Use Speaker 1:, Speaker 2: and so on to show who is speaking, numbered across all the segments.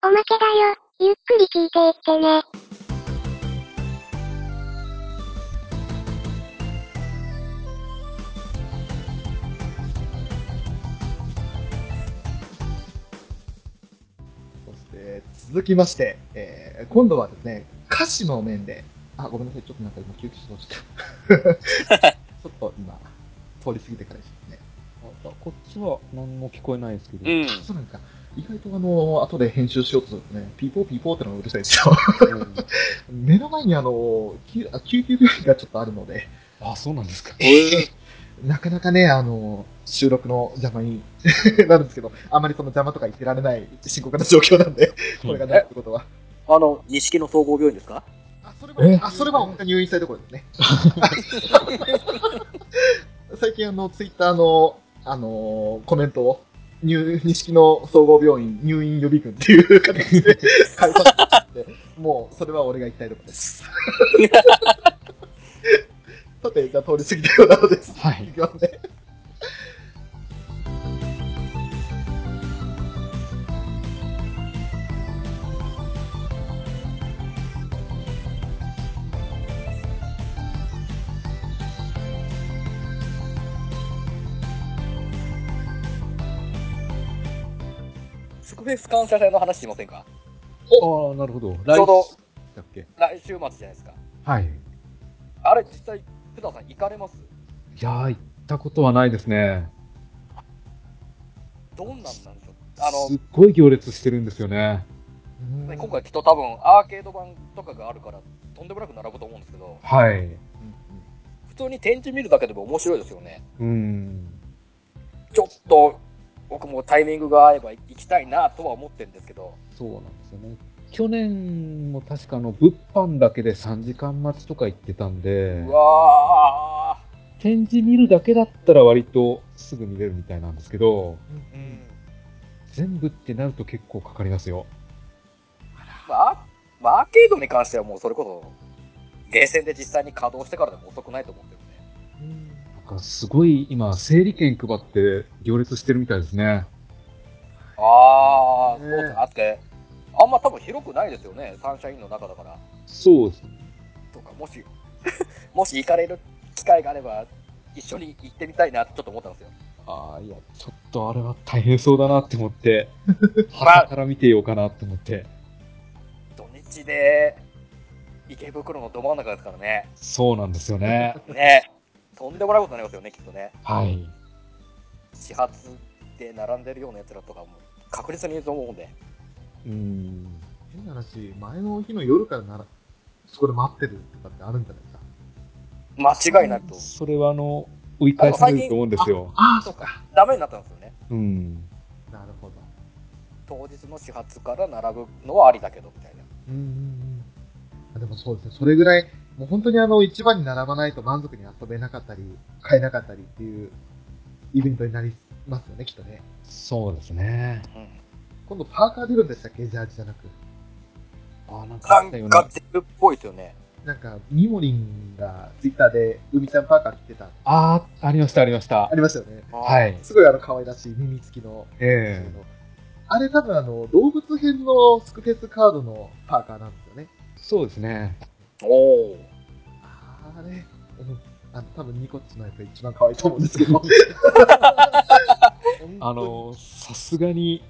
Speaker 1: おまけだよ。ゆっくり聞いていってね。
Speaker 2: そして、続きまして、えー今度はですね、歌詞の面で、あ、ごめんなさい、ちょっとなんか今休憩してま した。ちょっと今、通り過ぎてからですね。
Speaker 3: あこっちは何も聞こえないですけど、
Speaker 4: うん。
Speaker 2: そうなんか、意外とあの、後で編集しようとするとね、ピーポーピーポーってのがうるさいですよ。
Speaker 3: うん
Speaker 2: 目の前にあの、救あ救急病院がちょっとあるので、
Speaker 3: あ、そうなんですか。
Speaker 2: なかなかね、あの、収録の邪魔に なるんですけど、あまりその邪魔とか言ってられない深刻な状況なんで、これがないってことは。
Speaker 4: あの、錦の総合病院ですか
Speaker 2: あ、それ
Speaker 3: え
Speaker 2: は、あ、それは僕が入院したいところで すね。最近あの、ツイッターの、あのーコメントを、入、西木の総合病院入院予備軍っていう形で書いてあって、もう、それは俺が行きたいところ です。さて、じゃあ通り過ぎたようなのです。
Speaker 3: はい
Speaker 2: きますね。
Speaker 4: スクフェス感謝祭の話しません
Speaker 3: あ
Speaker 4: か
Speaker 3: あ、なるほど。来
Speaker 4: うど
Speaker 3: だっけ
Speaker 4: 来週末じゃないですか。
Speaker 3: はい。い
Speaker 4: あれ、実際、普段さん行かれます
Speaker 3: やー、行ったことはないですね。
Speaker 4: どんなんなんでしょうあ
Speaker 3: す
Speaker 4: の、
Speaker 3: っごい行列してるんですよね。
Speaker 4: ね今回きっと多分アーケード版とかがあるから、とんでもなく並ぶと思うんですけど、
Speaker 3: はい。
Speaker 4: 普通に展示見るだけでも面白いですよね。
Speaker 3: うん。
Speaker 4: ちょっと、僕もタイミングが合えば行きたいなとは思ってるんですけど、
Speaker 3: そうなんですよね。去年も確かあの物販だけで3時間待ちとか行ってたんで
Speaker 4: う、わ
Speaker 3: 展示見るだけだったら割とすぐ見れるみたいなんですけど、
Speaker 4: ー、うん。
Speaker 3: 全部ってなると結構かかりますよ。
Speaker 4: まあ、まあ、アーケードに関してはもうそれこそ、ゲーセンで実際に稼働してからでも遅くないと思ってるんで。
Speaker 3: なんかすごい今、整理券配って行列してるみたいですね。
Speaker 4: ああ、そ
Speaker 2: ね
Speaker 4: うですね。あって、あんま多分広くないですよね、サンシャインの中だから。
Speaker 3: そうです。
Speaker 4: とか、もし、もし行かれる機会があれば、一緒に行ってみたいなってちょっと思ったんですよ。
Speaker 3: ああ、いや、ちょっとあれは大変そうだなって思 って、
Speaker 4: ま
Speaker 3: 旗
Speaker 4: あ、
Speaker 3: から見てようかなって思って。
Speaker 4: 土日で、池袋のど真ん中ですからね。
Speaker 3: そうなんですよね。
Speaker 4: ね。とんでもないことになりますよね、きっとね。
Speaker 3: はい。
Speaker 4: 始発で並んでるようなやつらとかも、確実にいると思うんで。
Speaker 3: うん。
Speaker 2: 変な話、前の日の夜からなら、そこで待ってるとかってあるんじゃないですか。
Speaker 4: 間違いなくと。
Speaker 3: それはあの、追い返されると思うんですよ。
Speaker 2: ああ、
Speaker 4: そ
Speaker 2: そうっか。
Speaker 4: ダメになったんですよね。
Speaker 3: うん。
Speaker 2: なるほど。
Speaker 4: 当日の始発から並ぶのはありだけど、みたいな。
Speaker 2: うんうんうんあでもそうですね、それぐらい、もう本当にあの、一番に並ばないと満足に遊べなかったり、買えなかったりっていうイベントになりますよね、きっとね。
Speaker 3: そうですね。
Speaker 4: うん。
Speaker 2: 今度パーカー出るんでしたっけジャージじゃなく。
Speaker 3: ああ、なんか
Speaker 4: な
Speaker 3: あったよ
Speaker 4: ん
Speaker 3: うな
Speaker 4: か。出るっぽいですよね。。
Speaker 2: なんか、ミモリンがツイッターで、海ちゃんパーカー着てた、
Speaker 3: ああ、ありました、ありました
Speaker 2: あ。りましたよね。
Speaker 3: はいい。
Speaker 2: すごいあの、可愛らしい耳付きの、
Speaker 3: ええ
Speaker 2: あれ多分あの、動物編のスクフェスカードのパーカーなんですよね。
Speaker 3: そうですね。
Speaker 4: おお。
Speaker 2: あれ、うん、あの多分ニコッチのやつが一番可愛いと思うんですけ ど。
Speaker 3: あの、さすがに、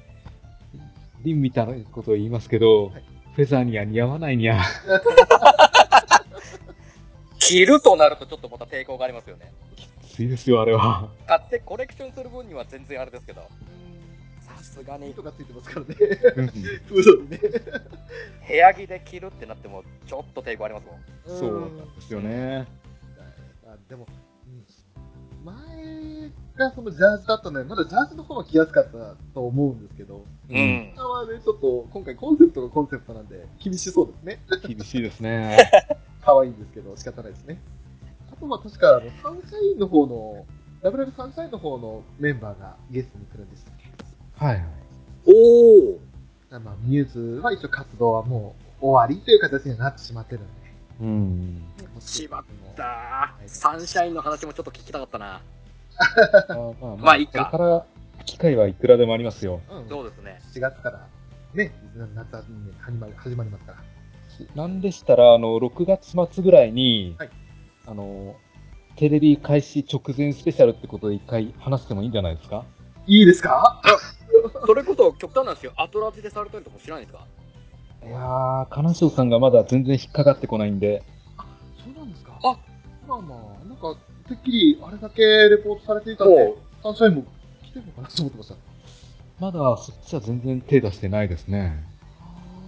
Speaker 3: リンみたいなことを言いますけど、
Speaker 2: はい
Speaker 3: フェザーには 似合わないにゃ。
Speaker 4: 着るとなるとちょっとまた抵抗がありますよね。
Speaker 3: きついですよ、あれは。
Speaker 4: 買ってコレクションする分には全然あれですけど。さすが
Speaker 2: ニ
Speaker 4: に
Speaker 2: とかついてますからね。
Speaker 3: うん
Speaker 2: フードにね。
Speaker 4: 部屋着で着るってなってもちょっと抵抗ありますも ん。
Speaker 3: そうなんですよね。
Speaker 2: あでも、うん前がそのジャージだったので、まだジャージの方は着やすかったと思うんですけど、
Speaker 4: う。ん。
Speaker 2: 今はね、ちょっと今回コンセプトがコンセプトなんで、厳しそうですね。
Speaker 3: 厳しいですね。
Speaker 2: 可愛いんですけど、仕方ないですね。あとは確か、あのサンシャインの方の、ラブライブサンシャインの方のメンバーがゲストに来るんでしたっけ
Speaker 3: はいはい。
Speaker 4: おお。
Speaker 2: あまあ、ミューズは一応活動はもう終わりという形にはなってしまってるの
Speaker 3: うん。
Speaker 2: で、
Speaker 4: しまっ
Speaker 2: もう
Speaker 4: だーサンシャインの話もちょっと聞きたかったな。
Speaker 3: まあまあ、
Speaker 4: まあいいか
Speaker 3: これから機会はいくらでもありますよ。
Speaker 2: うん、
Speaker 4: そうですね。
Speaker 2: 4月からね、夏にね始まり始まりますから。
Speaker 3: なんでしたら、あの、6月末ぐらいに、
Speaker 2: はい
Speaker 3: あの、テレビ開始直前スペシャルってことで一回話してもいいんじゃないですか
Speaker 2: いいですか
Speaker 4: それこそ極端なんですよ。アトラジでされてるとこ知らないですか
Speaker 3: いやー、金城さんがまだ全然引っかかってこないんで、
Speaker 2: そうなんですか
Speaker 4: あ
Speaker 2: まあまあ、なんか、てっきりあれだけレポートされていたんで
Speaker 4: も、
Speaker 2: サンシャインも来てるのかなと思ってました。
Speaker 3: まだそっちは全然手出してないですね。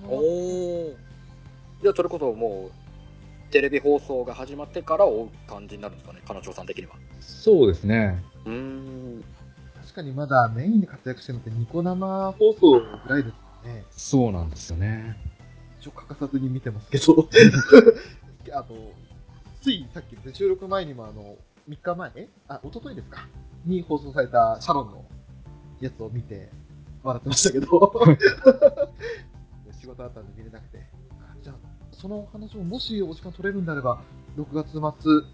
Speaker 4: おお。じゃあそれこそもう、テレビ放送が始まってから追う感じになるんですかね、彼女さん的には。
Speaker 3: そうですね。
Speaker 4: うーん。
Speaker 2: 確かにまだメインで活躍してるのってニコ生放送ぐらいですからね。
Speaker 3: そうなんですよね。
Speaker 2: 一応欠かさずに見てますけど。 あと、ついさっきですね、収録前にもあの、3日前、えあ、一昨日ですかに放送されたシャロンのやつを見て、笑ってましたけど。仕事あったんで見れなくて。じゃあ、そのお話ももしお時間取れるんであれば、6月末、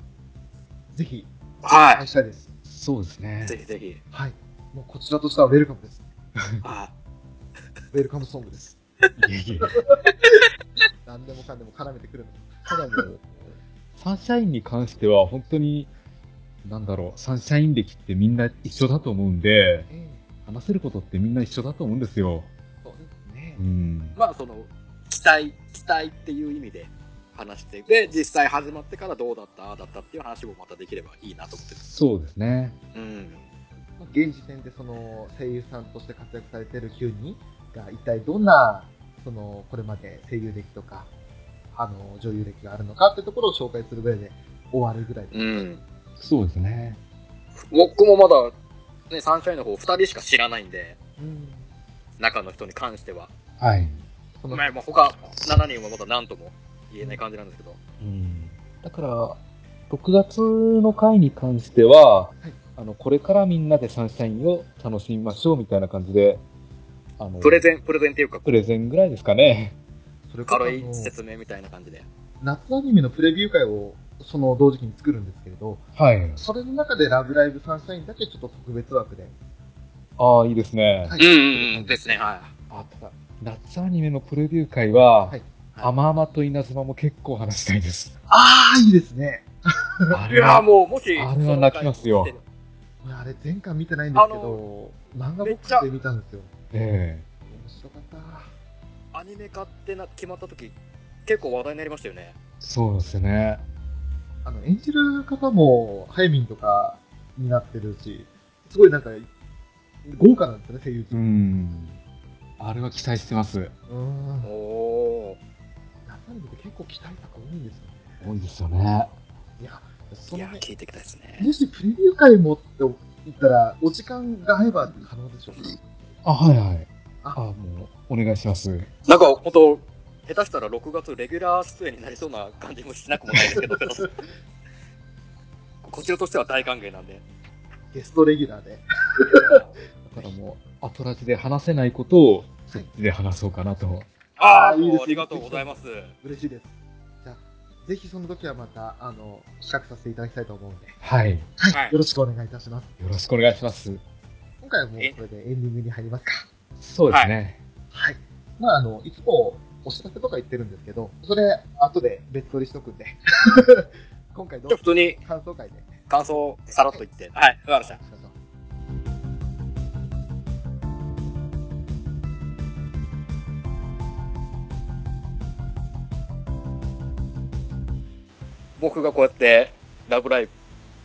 Speaker 2: ぜひ、お
Speaker 4: は
Speaker 2: 会いしたいです。
Speaker 3: そうです
Speaker 4: い。
Speaker 3: ね
Speaker 4: ぜ。ひぜひ。
Speaker 2: はい。もうこちらとしてはウェルカムです。
Speaker 4: あ
Speaker 2: ウェルカムソングです。
Speaker 3: いえいえ。
Speaker 2: 何でもかんでも絡めてくるの。
Speaker 3: ただもう、サンシャインに関しては本当に、なんだろう、サンシャイン歴ってみんな一緒だと思うんで、
Speaker 2: え
Speaker 3: 話せることってみんな一緒だと思うんですよ。
Speaker 2: えそうですね
Speaker 3: う。ん。
Speaker 4: まあその、期待、期待っていう意味で話して、で、実際始まってからどうだった、ああだったっていう話もまたできればいいなと思ってる。
Speaker 3: そうですね。
Speaker 4: うん。
Speaker 2: まあ現時点でその声優さんとして活躍されている9人が一体どんなそのこれまで声優歴とかあの女優歴があるのかってところを紹介する上で終わるぐらいで
Speaker 4: うん。
Speaker 3: そうですね。
Speaker 4: 僕もまだ、ね、サンシャインの方2人しか知らないんで、中の人に関しては。
Speaker 3: はい。
Speaker 2: その
Speaker 4: まあ、まあ他7人はまだ何とも言えない感じなんですけど。
Speaker 3: うん。だから、6月の回に関しては、
Speaker 2: い
Speaker 3: あの、これからみんなでサンシャインを楽しみましょうみたいな感じで、あの、
Speaker 4: プレゼン、プレゼンっていうか、
Speaker 3: プレゼンぐらいですかね。
Speaker 2: それこそあ
Speaker 4: 軽い
Speaker 2: の
Speaker 4: 説明みたいな感じで。
Speaker 2: 夏アニメのプレビュー会をその同時期に作るんですけれど
Speaker 3: はい。
Speaker 2: それの中で「ラブライブサンシャイン」だけちょっと特別枠で、
Speaker 3: ああ、いいですね。
Speaker 2: は
Speaker 4: うんうんうん、
Speaker 2: で
Speaker 4: ですね、は
Speaker 2: あただ
Speaker 3: 夏アニメのプレビュー会は、
Speaker 2: はい
Speaker 3: アマアマと稲妻も結構話したいです。
Speaker 2: ああいいですね
Speaker 3: あ
Speaker 4: い。いやー、もう、もし、
Speaker 3: あれは泣きますよ
Speaker 2: 俺あれ前回見てないんですけど漫画ボックスで見たんですよ
Speaker 3: え
Speaker 2: 面白かった
Speaker 4: アニメ化ってな決まった時結構話題になりましたよね。
Speaker 3: えそうですね。
Speaker 2: あの、演じる方も、ハイミンとかになってるし、すごいなんか、豪華なんですよね、声優
Speaker 3: う
Speaker 2: 陣。
Speaker 3: ん。あれは期待してます。
Speaker 2: うん。
Speaker 4: おお
Speaker 2: 夏アニメって結構期待作多いんですよね。
Speaker 3: 多いですよね。
Speaker 2: いや、そ
Speaker 4: ー。い
Speaker 2: の
Speaker 4: やー、
Speaker 2: ね、
Speaker 4: 聞いてきたいですね。
Speaker 2: もしプレビュー会もって言ったら、お時間が合えば可能でしょうか。
Speaker 3: あ、はいはい。
Speaker 2: あ
Speaker 3: あ、もう、お願いします。
Speaker 4: なんか、本当下手したら6月レギュラー出演になりそうな感じもしなくもないです けど、こちらとしては大歓迎な んで。
Speaker 2: ゲストレギュラーで。
Speaker 3: だからもう、アトラジで話せないことを、
Speaker 2: はい。
Speaker 3: で話そうかなと。
Speaker 4: あ
Speaker 2: あー
Speaker 4: あ、
Speaker 2: いいです
Speaker 4: もうありがとうございます。
Speaker 2: 嬉しいです。じゃあ、ぜひその時はまた、あの、企画させていただきたいと思うんで、
Speaker 3: はい。よ
Speaker 4: はい
Speaker 2: よ。ろしくお願いいたします。
Speaker 3: ろしくお願いします。
Speaker 2: 今回はもう、これでエンディングに入りますか。
Speaker 3: そうですね。
Speaker 2: はい。まあ、あの、いつもお知らせとか言ってるんですけど、それ、後で別撮りしとくんで。 今回ど
Speaker 4: じゃあ
Speaker 2: う
Speaker 4: 普通に
Speaker 2: 感想会で。
Speaker 4: 感想をさらっと言って。はい、わかりました。僕がこうやって、ラブライ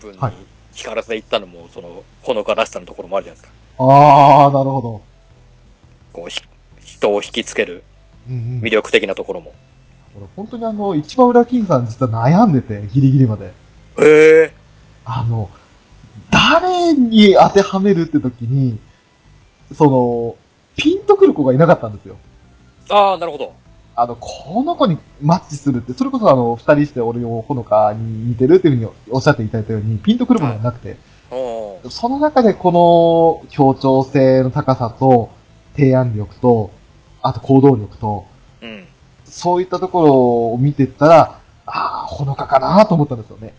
Speaker 4: ブに
Speaker 2: はい
Speaker 4: 惹かれていったのも、その、ほのからしさのところもあるじゃないですか。
Speaker 2: ああ、なるほど。
Speaker 4: こう、ひ人を引きつける
Speaker 2: うんうん
Speaker 4: 魅。力的なところも。
Speaker 2: 俺、本当にあの、一番裏金さん実は悩んでて、ギリギリまで。
Speaker 4: へえ。
Speaker 2: あの、誰に当てはめるって時に、その、ピンとくる子がいなかったんですよ。
Speaker 4: ああ、なるほど。
Speaker 2: あの、この子にマッチするって、それこそあの、二人して俺をほのかに似てるっていうふうにおっしゃっていただいたように、ピンとくるものがなくて、
Speaker 4: おー
Speaker 2: その中でこの協調性の高さと、提案力と、あと行動力と、
Speaker 4: うん。
Speaker 2: そういったところを見てったら、ああ、ほのかかなと思ったんですよね。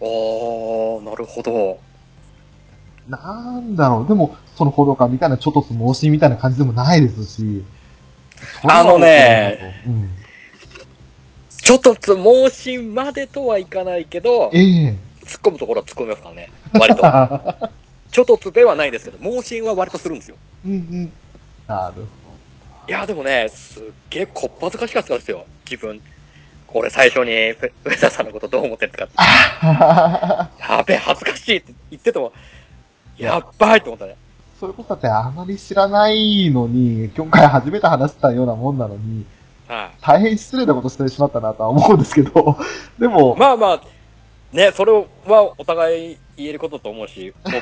Speaker 4: おー、なるほど。
Speaker 2: なんだろう、でも、そのほのかみたいな、ちょっと相撲しみたいな感じでもないですし、
Speaker 4: あのね、ちょっとつ盲信までとはいかないけど、突っ
Speaker 2: え え
Speaker 4: 込むところは突っ込みますからね。 割と。ちょっとつではないですけど、盲信は割とするんですよ。
Speaker 2: うんうん。なるほど。
Speaker 4: いや、でもね、すっげえこっぱずかしかったですよ。自分。俺最初にフェ、フェザーさんのことどう思ってるんですかやべえ、恥ずかしいって言ってても、やっばいと思ったね。
Speaker 2: そういうことだってあまり知らないのに、今回初めて話したようなもんなのに、
Speaker 4: は
Speaker 2: 大変失礼なことしてしまったなとは思うんですけど、 でも
Speaker 4: い。、まあまあ、ね、それはお互い言えることだと思うし、僕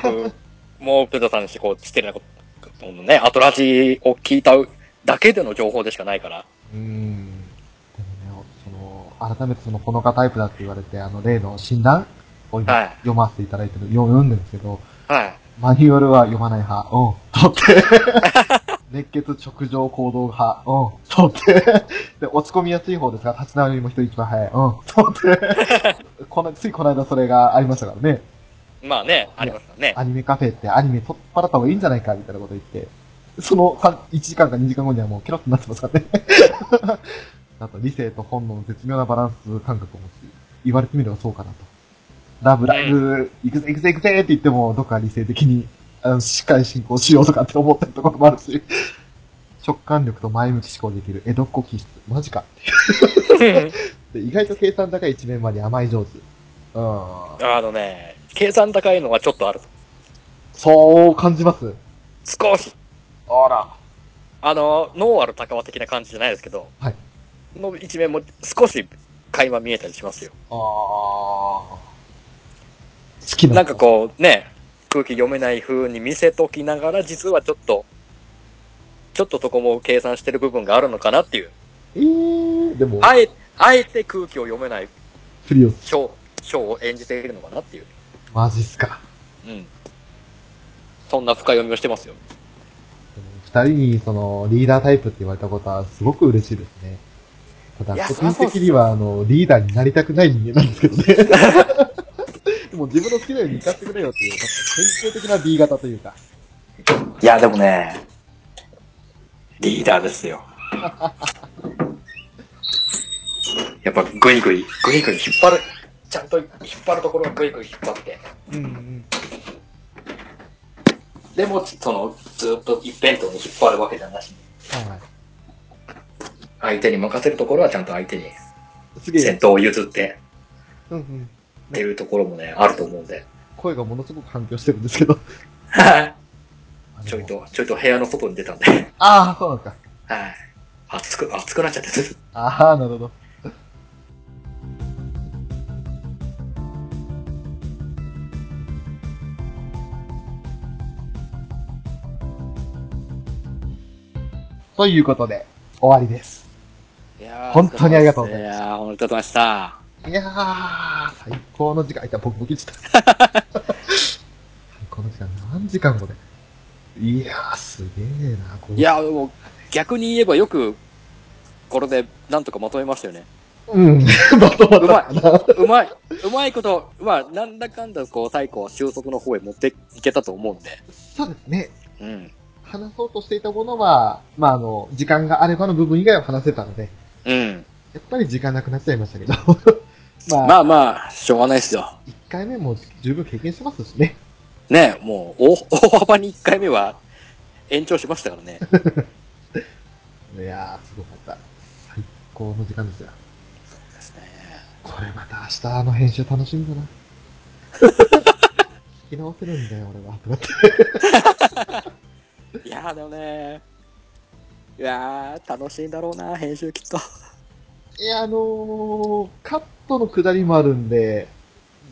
Speaker 4: もフェザーさんにしてこう、失礼なこと、そのね、アトラジを聞いただけでの情報でしかないから。
Speaker 2: うん。でもね、その、改めてその、ほのかタイプだって言われて、あの、例の診断を今、
Speaker 4: はい
Speaker 2: 読ませていただいてる、読読んでるんですけど、
Speaker 4: はい。
Speaker 2: マニュアルは読まない派、うん、とって。熱血直上行動派、うん、とって。で、落ち込みやすい方ですが、立ち直りも人一番早い、うん、と って。この、ついこの間それがありましたからね。
Speaker 4: まあね、ありますからね。
Speaker 2: アニメカフェってアニメ取っ払った方がいいんじゃないか、みたいなこと言って、そのさん1時間か2時間後にはもうケロッとなってますからね。 あと、理性と本能の絶妙なバランス感覚を持つ。言われてみればそうかなと。ラブライブ、行くぜ行くぜ行くぜって言っても、どっか理性的に、あの、しっかり進行しようとかって思ってるところもあるし、 直感力と前向き思考できる江戸っ子気質。マジか。で意外と計算高い一面まで甘い上手。うん。
Speaker 4: あのね、計算高いのはちょっとある。
Speaker 2: そう感じます。
Speaker 4: 少し。
Speaker 2: あら。
Speaker 4: あの、ノーアル高輪的な感じじゃないですけど、
Speaker 2: はい
Speaker 4: の一面も少し垣間見えたりしますよ。
Speaker 2: あー好きな
Speaker 4: なんかこうね、空気読めない風に見せときながら、実はちょっと、ちょっとそこも計算してる部分があるのかなっていう。
Speaker 2: えー、でも、
Speaker 4: あえ、あえて空気を読めない
Speaker 2: フリオス。
Speaker 4: ショー、ショーを演じているのかなっていう。
Speaker 2: マジっすか。
Speaker 4: うん。そんな深読みをしてますよ。
Speaker 2: 二人に、その、リーダータイプって言われたことは、すごく嬉しいですね。た
Speaker 4: い
Speaker 2: だ、
Speaker 4: や
Speaker 2: 個人的には、あの、リーダーになりたくない人間なんですけど ね。でも自分の好きなように行かせてくれよっていう、なんか典型的な B 型というか。
Speaker 4: いや、でもね、リーダーですよ。 やっぱグイグイ、グイグイ引っ張る。ちゃんと引っ張るところはグイグイ引っ張って。
Speaker 2: うんうん。
Speaker 4: でも、その、ずっと一辺倒に引っ張るわけじゃなしに、
Speaker 2: はいはい。
Speaker 4: 相手に任せるところはちゃんと相手に
Speaker 2: すげ
Speaker 4: 先
Speaker 2: え。
Speaker 4: 頭を譲って
Speaker 2: うんうん。
Speaker 4: っていうところもね、あると思うんで。
Speaker 2: 声がものすごく反響してるんですけど。
Speaker 4: ちょいと、ちょいと部屋の外に出たんで。はい。
Speaker 2: ああ、そうなんですか。
Speaker 4: 熱く、熱くなっちゃって。
Speaker 2: ああ、なるほど。ということで、終わりです。
Speaker 4: いやー
Speaker 2: 本当にありがとうございます
Speaker 4: いやー、本当にありがとうございました。
Speaker 2: いやー、最高の時間、いた、僕も聞いてた。最高の時間、何時間後で。いやー、すげえな、こう
Speaker 4: い、や、でも逆に言えばよく、これでなんとかまとめましたよね。
Speaker 2: うん、まとま
Speaker 4: う
Speaker 2: った
Speaker 4: ま
Speaker 2: か
Speaker 4: い、
Speaker 2: な。
Speaker 4: うまい、うまいこと、まあ、なんだかんだ、こう、最後、収束の方へ持っていけたと思うんで。
Speaker 2: そうですね。
Speaker 4: うん。
Speaker 2: 話そうとしていたものは、まあ、あの、時間があればの部分以外は話せたので、
Speaker 4: うん。
Speaker 2: やっぱり時間なくなっちゃいましたけど。まあ、
Speaker 4: まあまあ、しょうがないですよ。
Speaker 2: 1回目も十分経験してますしね。
Speaker 4: ね、もう、大、 大幅に1回目は延長しましたから ね。
Speaker 2: いやー、すごかった。最高の時間ですよ。
Speaker 4: ですね
Speaker 2: これまた明日あの編集楽しみだな。聞き直せるんだよ、俺は。とかって
Speaker 4: いやー、でもね、いやー、楽しいんだろうな、編集きっと。
Speaker 2: いや、あのー、カットの下りもあるんで、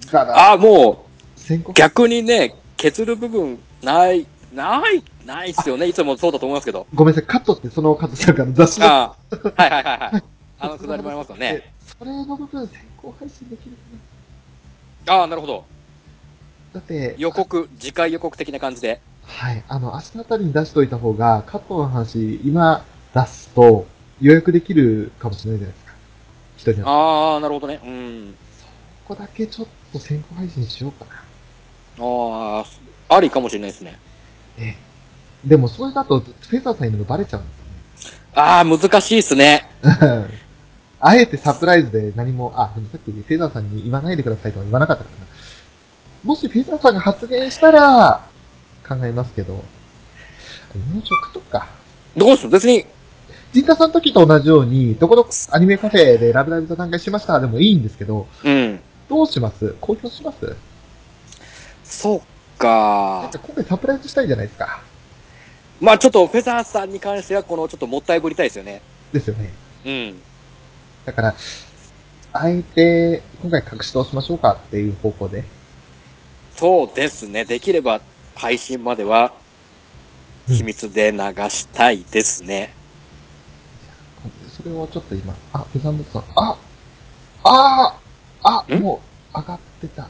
Speaker 2: だから、
Speaker 4: ああ、も
Speaker 2: 先行
Speaker 4: う、逆にね、削る部分、ない、ない、ないっすよね。いつもそうだと思いますけど。
Speaker 2: ごめんなさい、カットってそのカットしたから雑誌の。
Speaker 4: ああ、はいはいはいはい。あのくだりもありますよね。
Speaker 2: で。それの部分先行配信できるかな。
Speaker 4: ああ、なるほど。
Speaker 2: だって、
Speaker 4: 予告、次回予告的な感じで。
Speaker 2: はい。あの、明日あたりに出しといた方が、カットの話、今出すと予約できるかもしれないじゃないですか。一人の。
Speaker 4: ああ、なるほどね。うん。
Speaker 2: ここだけちょっと先行配信しようかな。
Speaker 4: ああ、ありかもしれないですね。
Speaker 2: ええ。でも、それだと、フェザーさんいるのバレちゃうんですよね。
Speaker 4: ああ、難しいっすね。
Speaker 2: あえてサプライズで何も、あ、でもさっきフェザーさんに言わないでくださいとは言わなかったからな。もしフェザーさんが発言したら、考えますけど、入職とか。
Speaker 4: どうする別に、
Speaker 2: ジンタさんの時と同じように、どこどこアニメカフェでラブライブ座談会しましたでもいいんですけど、
Speaker 4: うん。
Speaker 2: どうします公表します
Speaker 4: そう
Speaker 2: なん
Speaker 4: か
Speaker 2: か。今回サプライズしたいじゃないですか。
Speaker 4: まあちょっと、フェザーさんに関しては、このちょっともったいぶりたいですよね。
Speaker 2: ですよね。
Speaker 4: うん。
Speaker 2: だから、あえて、今回隠し通しましょうかっていう方向で。
Speaker 4: そうですね。できれば、配信までは、
Speaker 2: うん
Speaker 4: 秘密で流したいですね。
Speaker 2: それをちょっと今、あ、ペザンドさん、ああああ
Speaker 4: ん
Speaker 2: もう上がってた。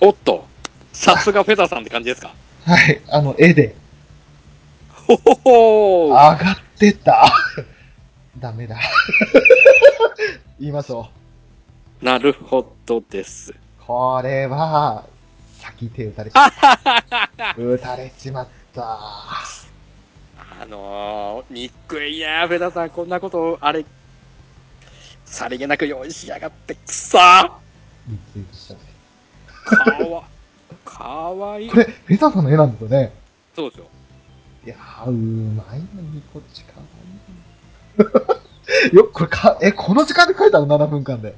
Speaker 4: おっと。さすがフェザーさんって感じですか
Speaker 2: はい、あの、絵で。
Speaker 4: ほほほ
Speaker 2: 上
Speaker 4: ー
Speaker 2: がってた。 ダメだ。 言いましょ
Speaker 4: なるほどです。
Speaker 2: う。これは、先手打たれちまっ
Speaker 4: あはははは
Speaker 2: た。打たれちまった。
Speaker 4: あのー、にっくいな、フェザーさん、こんなことを、あれ、さりげなく用意しやがって、くそー
Speaker 2: リツイートしたね。
Speaker 4: かわ、かわいい
Speaker 2: こ。れ、フェザーさんの絵なんですよね。
Speaker 4: そうですよ。
Speaker 2: いやー、うまいのに、こっちかわい い。よくこれか、え、この時間で描いたの ?7 分間で。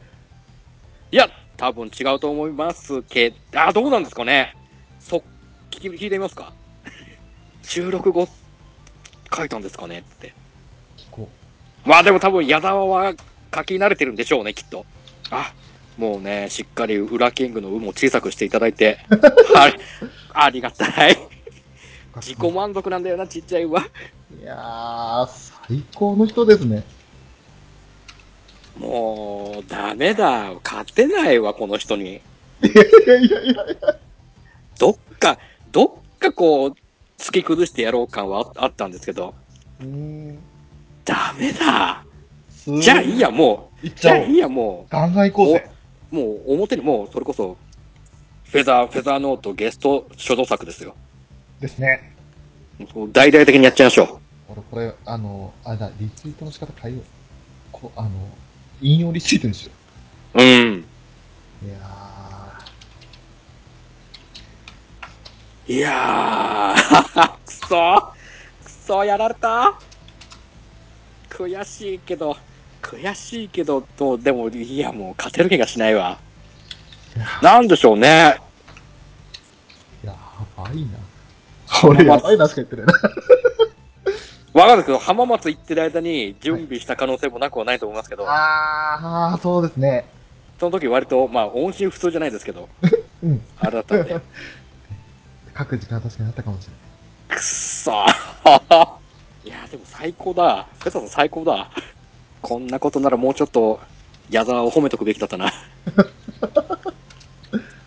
Speaker 4: いや、多分違うと思いますけど、あ、どうなんですかね。そ、聞き、聞いてみますか。収録後、書いたんですかねって。
Speaker 2: 聞こ
Speaker 4: まあでも多分矢沢は書き慣れてるんでしょうね、きっと。あ、もうね、しっかり裏キングの「う」も小さくしていただい て、はい、ありがたい。
Speaker 2: う。
Speaker 4: 自己満足なんだよな、ちっちゃい「う」は。
Speaker 2: いやー、最高の人ですね。
Speaker 4: もう、ダメだ。勝てないわ、この人に。
Speaker 2: いやいやいや、
Speaker 4: どっか、どっかこう、突き崩してやろう感はああったんですけど、
Speaker 2: うーん。
Speaker 4: ダメだ。
Speaker 2: すー
Speaker 4: じゃあいいや、もう。
Speaker 2: いっち
Speaker 4: じゃあ
Speaker 2: ゃおう
Speaker 4: い。いや、も
Speaker 2: ガンガン行こうぜ。
Speaker 4: う。もう、表にもう、それこそ、フェザー、フェザーノートゲスト所蔵作ですよ。
Speaker 2: ですね。
Speaker 4: もう大々的にやっちゃいましょ
Speaker 2: 俺、これ、あの、あれだ、リツイートの仕方変えよう。こう、あの、引用リツイートにしよ
Speaker 4: う。うん。
Speaker 2: う。いやー、
Speaker 4: いやー、 くそくそやられた悔しいけど、悔しいけど、どうでも、いや、もう勝てる気がしないわ。なんでしょうね。
Speaker 2: やばいな。俺、やばいなしか言ってないな。
Speaker 4: わかるんですけど、浜松行ってる間に準備した可能性もなくはないと思いますけど、
Speaker 2: あー、そうですね。
Speaker 4: その時割と、まあ、音信不通じゃないですけど、
Speaker 2: うん。
Speaker 4: あれだったんで。
Speaker 2: 書く時間は確かにあったかもしれない。
Speaker 4: くっそーいやーでも最高だ。ペタさん最高だ。こんなことならもうちょっと矢沢を褒めとくべきだったな。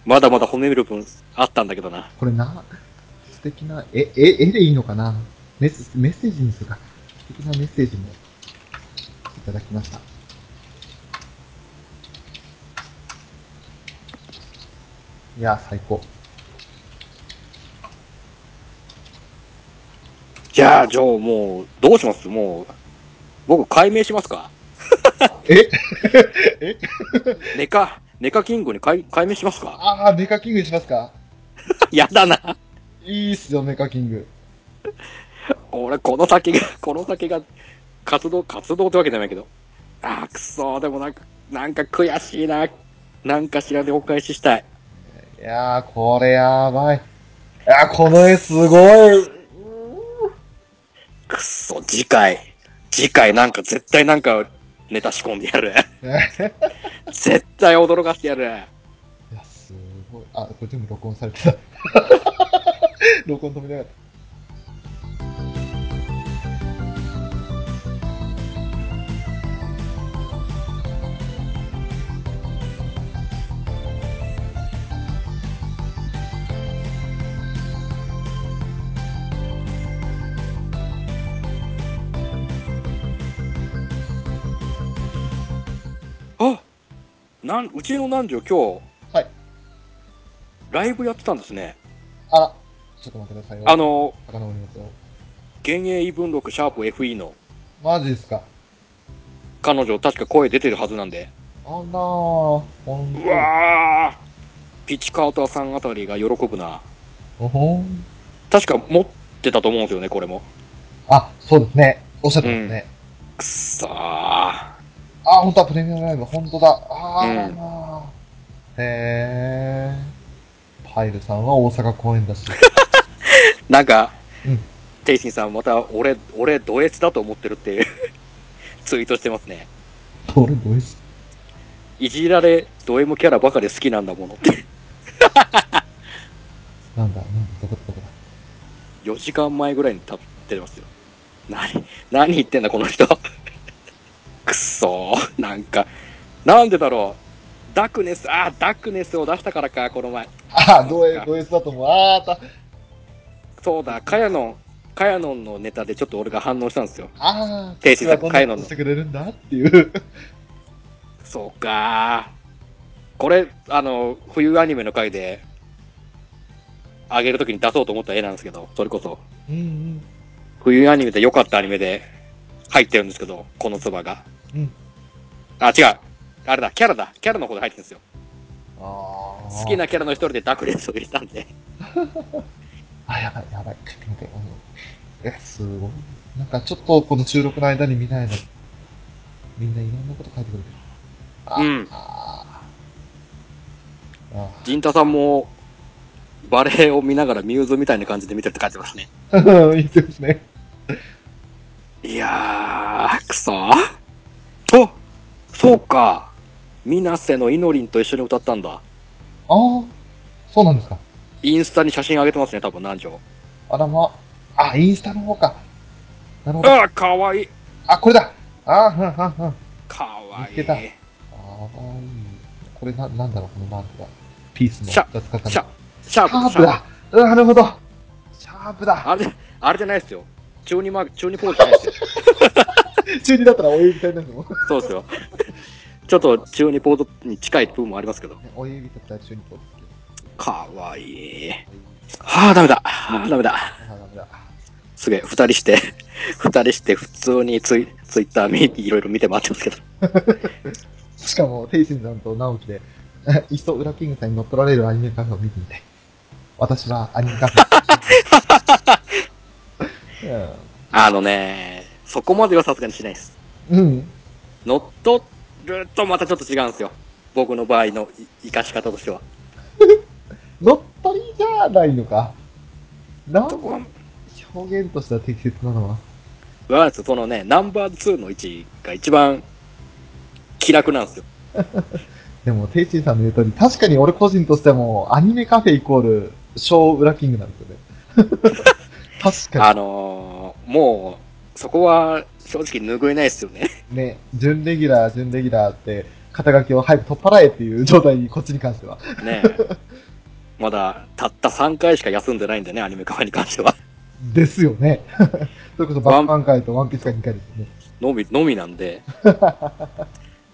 Speaker 4: まだまだ褒める分あったんだけどな。
Speaker 2: これな、素敵な、え、え、絵でいいのかなメッセメッセージにするか。素敵なメッセージもいただきました。いや、最高。
Speaker 4: じゃあ、ジョー、もう、どうしますもう、僕解明しますか
Speaker 2: ええ
Speaker 4: ネカ、ネカキングに解解明しますか
Speaker 2: ああ、メカキングにしますか
Speaker 4: やだな。
Speaker 2: いいっすよ、メカキング。
Speaker 4: 俺、この先が、 この先が、活動、活動ってわけじゃないけど。ああ、くそー、でもなんか、なんか悔しいな。なんかしらでお返ししたい。
Speaker 2: いやー、これやばい。いやー、この絵すごい。
Speaker 4: くっそ、次回。次回なんか絶対なんかネタ仕込んでやる。 絶対驚かしてやる。
Speaker 2: いや、すごい。あ、これ全部録音されて た。録音止めなかった。
Speaker 4: あなん、うちの男女今日。
Speaker 2: はい。
Speaker 4: ライブやってたんですね。
Speaker 2: あら、ちょっと待ってくださいよ。
Speaker 4: あ、の、
Speaker 2: 遡りますよ。
Speaker 4: 幻影異文録シャープ FE の
Speaker 2: マジですか。
Speaker 4: 彼女、確か声出てるはずなんで。
Speaker 2: あらー、ほん
Speaker 4: うわーピッチカーターさんあたりが喜ぶな。
Speaker 2: と。ほん。
Speaker 4: 確か持ってたと思うんですよね、これも。
Speaker 2: あ、そうですね。おっしゃってますね。
Speaker 4: くっさー。
Speaker 2: あ、本当だ、プレミアムライブ、本当だ。あー、
Speaker 4: うん
Speaker 2: へー。パイルさんは大阪公演だ し。
Speaker 4: なんか、
Speaker 2: うん
Speaker 4: テイシンさんまた俺、俺、ド S だと思ってるっていう ツイートしてますね。
Speaker 2: どれどれす
Speaker 4: いじられ、ド M キャラばかり好きなんだものって。
Speaker 2: なんだ、なんだ、どこだ、どこだ。
Speaker 4: 4時間前ぐらいに立ってますよ。何、何言ってんだ、この人。 くっそー。なんか、なんでだろう。ダクネス、あーダクネスを出したからか、この前。
Speaker 2: あー、どれ、どれすだと思う。あー、た、
Speaker 4: そうだ、カヤノン、カヤノンのネタでちょっと俺が反応したんですよ。
Speaker 2: あー、
Speaker 4: 停止作
Speaker 2: こんなことしてくれるんだって いう。
Speaker 4: そうかー。これ、あの、冬アニメの回で、あげるときに出そうと思った絵なんですけど、それこそ、
Speaker 2: うんうん。
Speaker 4: 冬アニメで良かったアニメで入ってるんですけど、このツバが。
Speaker 2: うん
Speaker 4: あ、違う。あれだ、キャラだ。キャラの方で入ってるんですよ。
Speaker 2: あー。
Speaker 4: 好き。なキャラの一人でダクレスを入れたんで。
Speaker 2: あ、やばい、やばい。ちょっと待って。うんえ、すごい。なんかちょっとこの収録の間に見ないの。みんないろんなこと書いてくれてる。あ
Speaker 4: うん。
Speaker 2: あーあー。
Speaker 4: ジンタさんも、バレエを見ながらミューズみたいな感じで見てるって感じますね。
Speaker 2: 言ってますね。
Speaker 4: いやー、くそー。おそうか。ミナセのイノリンと一緒に歌ったんだ。
Speaker 2: ああ、そうなんですか。
Speaker 4: インスタに写真上げてますね、多分、南條。
Speaker 2: あらま。あ、インスタの方か。なるほど。
Speaker 4: ああ、かわいい。
Speaker 2: あ、これだ。あー、はんはんはん。
Speaker 4: かわい
Speaker 2: 見
Speaker 4: い。
Speaker 2: つけたあー、いい。これな、なんだろう、このマークが。ピースの
Speaker 4: シャ
Speaker 2: 二つ重ねた
Speaker 4: シャシャ
Speaker 2: シャ
Speaker 4: ー
Speaker 2: ー
Speaker 4: プ、
Speaker 2: プだ。うん、なるほど。シャープだ。
Speaker 4: あれ、あれじゃないですよ。中二マーク、中二ポーズじゃない ですよ。
Speaker 2: 中二だったらお湯みたいになるの。
Speaker 4: そうですよ。 ちょっと中二ポーズに近い部分もありますけど。
Speaker 2: お湯だったら中二ポーズつける。
Speaker 4: かわいい。
Speaker 2: お湯
Speaker 4: はあ、ダメだ。はあ、ダメだ。
Speaker 2: あー、ダメだ。
Speaker 4: すげえ、二人して、二人して普通にツイツイッター見、いろいろ見て回ってますけど。
Speaker 2: しかも、テイシンさんと直樹で、 いっそ裏キングさんに乗っ取られるアニメカフェを見てみたい。私はアニメカフェ。
Speaker 4: あのね、そこまではさすがにしないです。
Speaker 2: うん。うん。
Speaker 4: 乗っ取るとまたちょっと違うんですよ。僕の場合のい生かし方としては。
Speaker 2: 乗っ取りじゃないのか。な
Speaker 4: そこは
Speaker 2: ん表現としては適切なのは。
Speaker 4: わかんないですよそのね、ナンバー2の位置が一番気楽なんですよ。
Speaker 2: でも、テイシンさんの言う通り、確かに俺個人としても、アニメカフェイコール、小裏キングなんですよね。 確か
Speaker 4: あのー、もう、そこは正直拭えないですよね。
Speaker 2: にね、準レギュラー、準レギュラーって、肩書きを早く取っ払えっていう状態に、こっちに関しては。
Speaker 4: ねえまだ、たった3回しか休んでないんでね、アニメカフェに関しては。
Speaker 2: ですよね。 それこそバックマン回とワンピース回2回ですよね。
Speaker 4: のみ、のみなんで。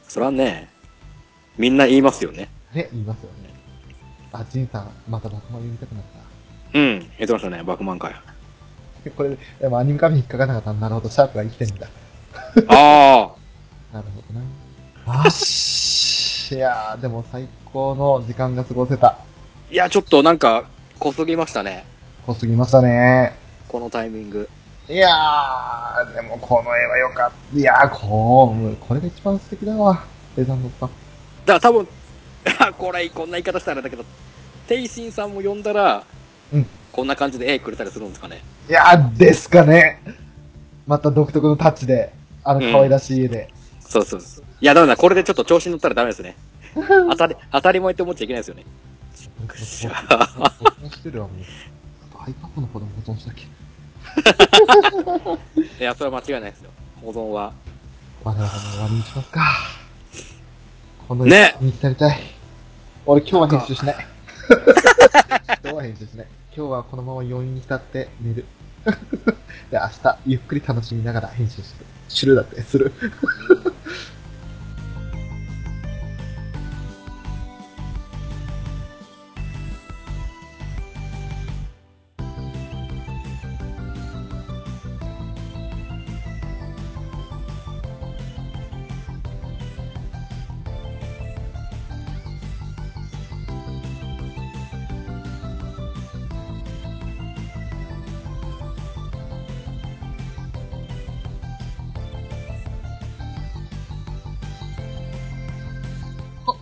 Speaker 4: それはね、みんな言いますよね。
Speaker 2: ね、言いますよね。あ、ジンさん、またバックマン読みたくなった。
Speaker 4: うん、言ってましたね、バクマン会。
Speaker 2: これ、でもアニメカフェ引っかからなかったなるほど、シャープが生きてんだ。
Speaker 4: ああ、
Speaker 2: なるほどな。よし。いやー、でも最高の時間が過ごせた。
Speaker 4: いや、ちょっとなんか、濃すぎましたね。
Speaker 2: 濃すぎましたね。
Speaker 4: このタイミング。
Speaker 2: いやー、でもこの絵は良かった。いやー、こう、これが一番素敵だわ。デザンドさん。
Speaker 4: だから多分、 あこれ、こんな言い方したらあれだけど、テイシンさんも呼んだら、
Speaker 2: うん
Speaker 4: こんな感じで絵くれたりするんですかね。
Speaker 2: いやー、ですかね。また独特のタッチで、あの可愛らしい絵で。
Speaker 4: そうそうそう。いや、ダメだ、これでちょっと調子に乗ったらダメです ね。当たり、当たり前って思っちゃいけないですよね。
Speaker 2: 保
Speaker 4: くっしゃ
Speaker 2: 存してるわ、もう。あと iPad の方でも保存したっけ
Speaker 4: いや、それは間違いないですよ。保存は。
Speaker 2: 我々も終わりにしますか。この
Speaker 4: ね
Speaker 2: 見浸りたい。俺今日は編集しない。 今日は編集しない。今日はこのまま余韻に浸って寝る。 で、明日、ゆっくり楽しみながら編集する。知るだって、する。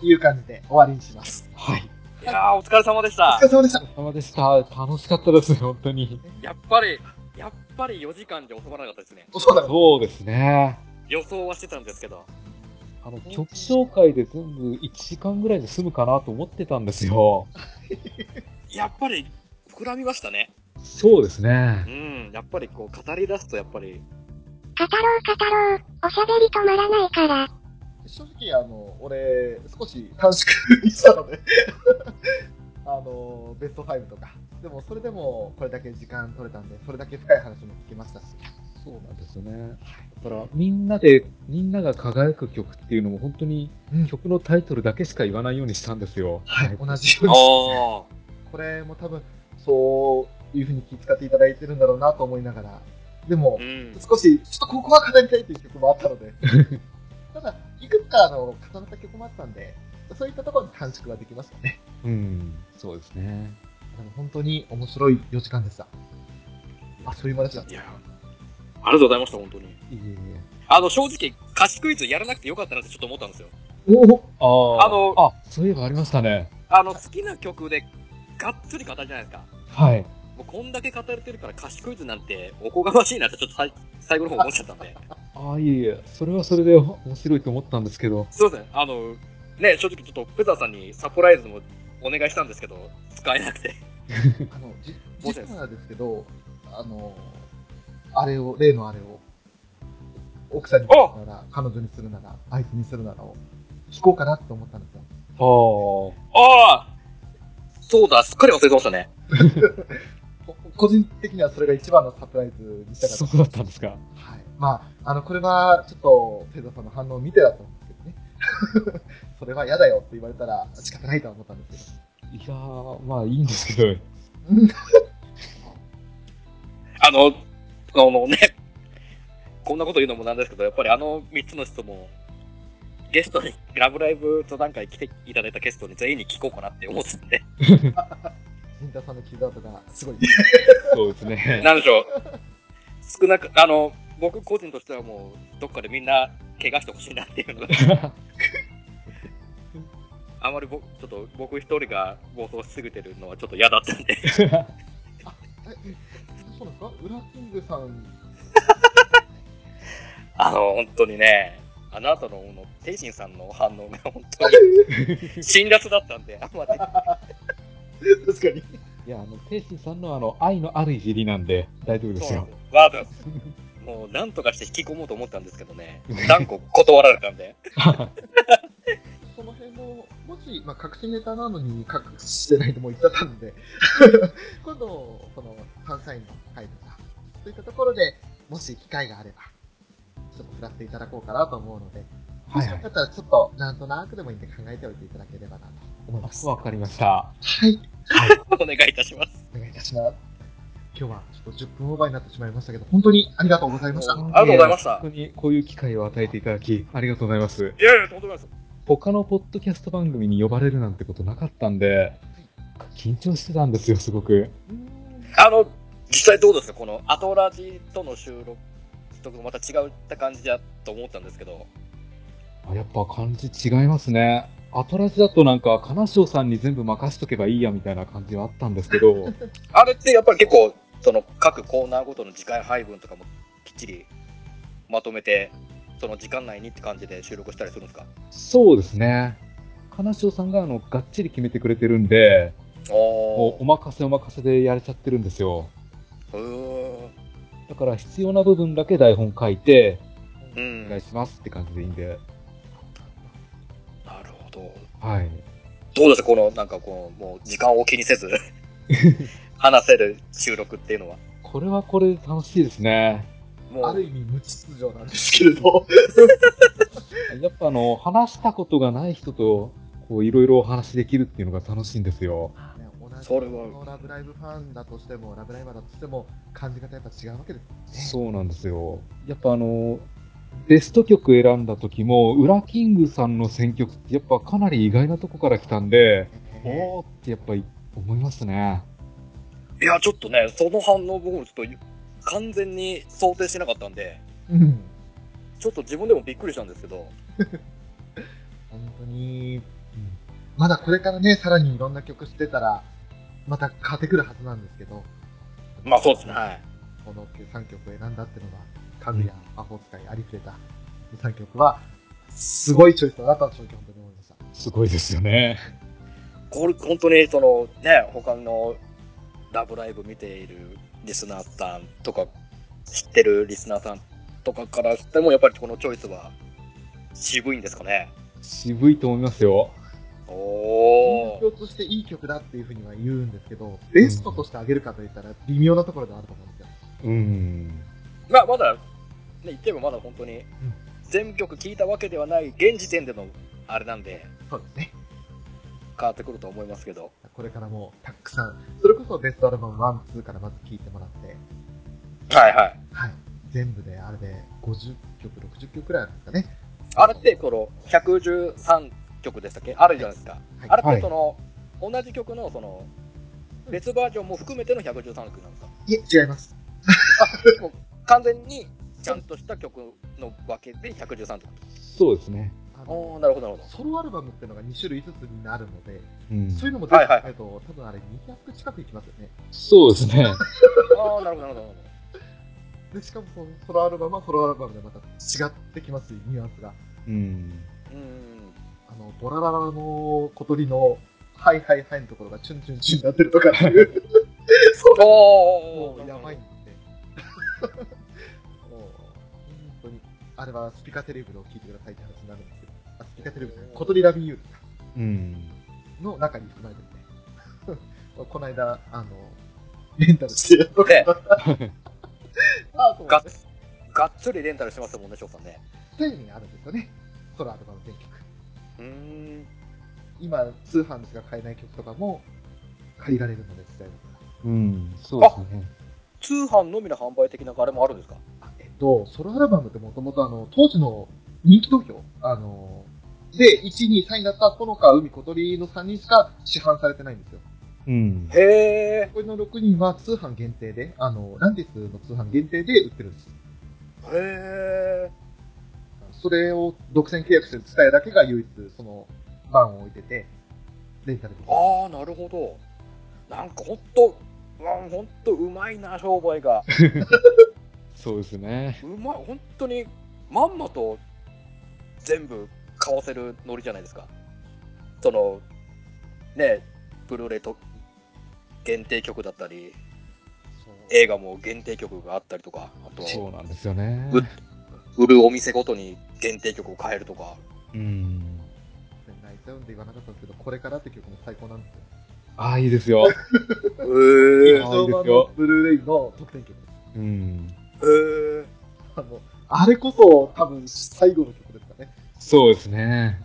Speaker 2: いう感じで終わりにします。
Speaker 3: はい。
Speaker 4: いやー、お疲れ様でし
Speaker 2: お
Speaker 4: た
Speaker 2: 疲。れ様でした。
Speaker 3: お疲れ様でした。楽しかったです、本当に。
Speaker 4: やっぱり、やっぱり4時間じゃ収まらなかったですね。
Speaker 2: そうだね
Speaker 3: そうですね。
Speaker 4: 予想はしてたんですけど。
Speaker 3: あの、曲紹介で全部1時間ぐらいで済むかなと思ってたんですよ。
Speaker 4: やっぱり、膨らみましたね。
Speaker 3: そうです
Speaker 4: う
Speaker 3: ね。
Speaker 4: ん、やっぱりこう、語り出すとやっぱり、
Speaker 1: 語ろう語ろう。おしゃべり止まらないから。
Speaker 2: 正直、あの、俺、少し短縮にしたので、 あの、ベスト5とか。でも、それでも、これだけ時間取れたんで、それだけ深い話も聞きましたし。
Speaker 3: そうなんですよね。だから、みんなで、みんなが輝く曲っていうのも本当に
Speaker 2: うん
Speaker 3: 曲のタイトルだけしか言わないようにしたんですよ。
Speaker 2: はい、同じように。
Speaker 4: ああ、
Speaker 2: これも多分、そういうふうに気遣っていただいてるんだろうなと思いながら。でも
Speaker 4: う、ん。
Speaker 2: 少し、ちょっとここは語りたいという曲もあったの で。ただ、いくつか、あの、重なった曲もあったんで、そういったところに短縮はできましたね。
Speaker 3: うん、そうですね。
Speaker 2: でも本当に面白い4時間でした。あ、そういう間でした。
Speaker 4: いやー、ありがとうございました、本当に。
Speaker 3: いえいえ。
Speaker 4: あの、正直、歌詞クイズやらなくてよかったなってちょっと思ったんですよ。
Speaker 2: おお
Speaker 3: ああ
Speaker 4: あの
Speaker 3: あ、そういえばありましたね。
Speaker 4: あの、好きな曲で、がっつり語るじゃないですか。
Speaker 3: はい。
Speaker 4: もうこんだけ語れてるから歌詞クイズなんておこがましいなってちょっとさい最後の方思っちゃったん で。
Speaker 3: ああ、いえいえ。それはそれで面白いと思ったんですけど。
Speaker 4: すいません。あの、ね、正直ちょっとペザーさんにサプライズもお願いしたんですけど、使えなくて。
Speaker 2: あの、じ、
Speaker 4: もう
Speaker 2: 実はですけど、あの、あれを、例のあれを、奥さんにするなら、彼女にするなら、あいつにするならを、聞こうかなと思ったんですよ。
Speaker 3: あ
Speaker 4: ああそうだ、すっかり忘れてましたね。
Speaker 2: こ個人的にはそれが一番のサプライズにした
Speaker 3: あ、
Speaker 2: かった。
Speaker 3: そうだったんですか。
Speaker 2: はい。まあ、あの、これは、ちょっと、テザさんの反応を見てだと思うんですけどね。 それは嫌だよって言われたら仕方ないとは思ったんです
Speaker 3: いやー、まあいいんですけ
Speaker 2: け
Speaker 3: ど。
Speaker 2: ど。
Speaker 4: あの、あのね、こんなこと言うのもなんですけど、やっぱりあの3つの質問、ゲストに、ラブライブ登壇会来ていただいたゲストに全員に聞こうかなって思ってたんで。
Speaker 2: ジンタさんの傷跡がすごい。
Speaker 3: そうですね。
Speaker 4: なんでしょう。少なく、あの、僕個人としてはもう、どっかでみんな、怪我してほしいなっていうのが、 あまり僕、ちょっと僕一人が暴走しすぎてるのはちょっと嫌だったんで、
Speaker 2: そうなんですかウラキングさん、
Speaker 4: あの、本当にね、あなたの、この、テイシンさんの反応が本当に、辛辣だったんで、あんまり、
Speaker 2: 確かに。
Speaker 3: いや、あの、ペイシンさんのあの、愛のあるいじりなんで大丈夫です
Speaker 4: そうな
Speaker 3: よ
Speaker 4: ん。ですよ。ワードもう、なんとかして引き込もうと思ったんですけど ね、断固断られたんで、
Speaker 2: その辺も、もし、まあ、隠しネタなのに隠してないともう言っちゃったんで、 今度、この、関西の会とか、そういったところで、もし機会があれば、ちょっと振らせていただこうかなと思うので、も
Speaker 3: はい
Speaker 2: し
Speaker 3: は
Speaker 2: よか
Speaker 3: い。
Speaker 2: ったら、ちょっと、なんとなくでもいいんで考えておいていただければなと思います。
Speaker 3: わかりました。
Speaker 2: はい。
Speaker 4: お願いいたします。
Speaker 2: お願いいたします。今日は、ちょっと10分オーバーになってしまいましたけど、本当にありがとうございました。
Speaker 4: ありがとうございました
Speaker 3: 本当にこういう機会を与えていただき、ありがとうございます。
Speaker 4: いやいや、とんでもないです。
Speaker 3: 他のポッドキャスト番組に呼ばれるなんてことなかったんで、緊張してたんですよ、すごく。
Speaker 4: あの、実際どうですかこのアトラジとの収録とまた違った感じだと思ったんですけど。
Speaker 3: あやっぱ感じ違いますね。アトラジだとなんか、金城さんに全部任しとけばいいやみたいな感じはあったんですけ ど、
Speaker 4: あれってやっぱり結構、その各コーナーごとの時間配分とかもきっちりまとめて、その時間内にって感じで収録したりするんですか
Speaker 3: そうですね。金城さんがあの、がっちり決めてくれてるんで、もうお
Speaker 4: お
Speaker 3: 任せお任せでやれちゃってるんですよ。
Speaker 4: お。う
Speaker 3: だから必要な部分だけ台本書いて、
Speaker 4: ー
Speaker 3: お
Speaker 4: ん。う
Speaker 3: 願
Speaker 4: ん。ないる
Speaker 3: しますって感じでいいんで、
Speaker 4: ほど。
Speaker 3: はい。
Speaker 4: どうですかこの、なんかこう、もう時間を気にせず、話せる収録っていうのは。
Speaker 3: これはこれで楽しいですね。
Speaker 4: も
Speaker 2: ある
Speaker 4: う、
Speaker 2: 意味、無秩序なんですけれど、
Speaker 3: やっぱあの、話したことがない人と、こう、いろいろお話できるっていうのが楽しいんですよ。
Speaker 2: ね同じ
Speaker 4: それは
Speaker 2: のラブライブファンだとしても、ラブライバーだとしても、感じ方やっぱ違うわけです
Speaker 3: そうなんですよ。やっぱあの、ベスト曲選んだ時も、ウラキングさんの選曲ってやっぱかなり意外なとこから来たんで、
Speaker 2: ね。
Speaker 3: おーってやっぱり思いますね。
Speaker 4: いや、ちょっとね、その反応僕もちょっと完全に想定してなかったんで、
Speaker 2: うん。
Speaker 4: ちょっと自分でもびっくりしたんですけど、
Speaker 2: 本当に、まだこれからね、さらにいろんな曲してたら、また変わってくるはずなんですけど。
Speaker 4: まあそうですね。はい。
Speaker 2: この3曲を選んだってのが、かぐや、魔法使い、ありふれた、3曲は、すごいチョイスだなと正直本当に思いました。
Speaker 3: すごいですよ ね。
Speaker 4: これ、本当に、その、ね、他の、ラブライブ見ているリスナーさんとか、知ってるリスナーさんとかからしても、やっぱりこのチョイスは、渋いんですかね。
Speaker 3: 渋いと思いますよ。
Speaker 4: おー。
Speaker 2: 共通していい曲だっていうふうには言うんですけど、ベストとしてあげるかといったら微妙なところではあると思うんですよ。
Speaker 3: うん。
Speaker 4: まあ、まだ、ね、言ってもまだ本当に、全曲聴いたわけではない、現時点での、あれなんで、
Speaker 2: そうですね。
Speaker 4: 変わってくると思いますけど。
Speaker 2: これからもたくさん、それこそベストアルバム1、2からまず聴いてもらって、
Speaker 4: はいはい。
Speaker 2: はい。全部であれで50曲、60曲くらいあるんですかね。
Speaker 4: あれって、この、113曲でしたっけあるじゃないですか。
Speaker 2: はい
Speaker 4: あれって、その、同じ曲の、その、別バージョンも含めての113曲なんですか
Speaker 2: いえ、違います。
Speaker 4: もう完全にちゃんとした曲のわけで113とか。
Speaker 3: そうですね。
Speaker 2: あの
Speaker 4: おーなるほど、なるほ
Speaker 2: ソロアルバムっていうのが2種類ずつになるので、
Speaker 3: うん、
Speaker 2: そういうのも出てくると、多分あれ200近くいきますよね。
Speaker 3: そうですね。
Speaker 4: ど。ああー、なるほど、なるほ
Speaker 2: で、しかもそのソロアルバムはソロアルバムでまた違ってきますし、ニュアンスが。
Speaker 3: うん。
Speaker 4: ど。うーん。
Speaker 2: あの、ボラララの小鳥の、はいはいはいのところがチュンチュンチュンになってるとかっていう。
Speaker 4: お
Speaker 2: も
Speaker 4: ー
Speaker 2: うやばいんで。もう、本当に。あれはスピカテレビを聞いてくださいって話になるんですけど、あスピカテレビじゃない、小鳥ラビーユー
Speaker 3: うん。
Speaker 2: の中に含まれて るね。この間、あの、レンタルしてやっとか
Speaker 4: ね
Speaker 2: ああ、そう
Speaker 4: がっがっつりレンタルしてますもんね、翔さんね。
Speaker 2: 常にあるんですよね。ソロアルバム全曲。
Speaker 4: うーん。
Speaker 2: 今、通販でしか買えない曲とかも借りられるので、時代だから。
Speaker 3: うん。そうですね。
Speaker 4: 通販のみの販売的なあれもあるんですか
Speaker 2: あえっと、ソロアルバムってもともとあの、当時の人気投票、あの、で、1位、2位、3位だったこの川、海、小鳥の3人しか市販されてないんですよ。
Speaker 3: うん。
Speaker 4: へ
Speaker 2: これの6人は通販限定で、あの、ランディスの通販限定で売ってるんです。
Speaker 4: ー。へ
Speaker 2: それを独占契約してる伝えだけが唯一、その、版を置いてて、レンタルでき
Speaker 4: ー。ああ、なるほど。なんかほんと、うわほんとうまいな、商売が。
Speaker 3: そうですね。
Speaker 4: うまい、本当に、まんまと全部買わせるノリじゃないですか。その、ね、ブルーレイと限定曲だったり、
Speaker 2: る。
Speaker 4: 映画も限定曲があったりとか、あと
Speaker 3: そう
Speaker 4: は
Speaker 3: なんですよね。
Speaker 4: 売るお店ごとに限定曲を変えるとか。
Speaker 3: うん。
Speaker 2: 泣いちゃうんで言わなかったんですけど、これからって曲も最高なんですよ。
Speaker 3: ああ、いいですよ。
Speaker 4: へぇ
Speaker 3: あ
Speaker 4: へ
Speaker 3: ーいいです
Speaker 2: の
Speaker 3: よ
Speaker 2: ブルーレイの特典曲です。
Speaker 3: うん。
Speaker 4: ぇ
Speaker 2: あの、あれこそ多分最後の曲ですかね。
Speaker 3: そうですね。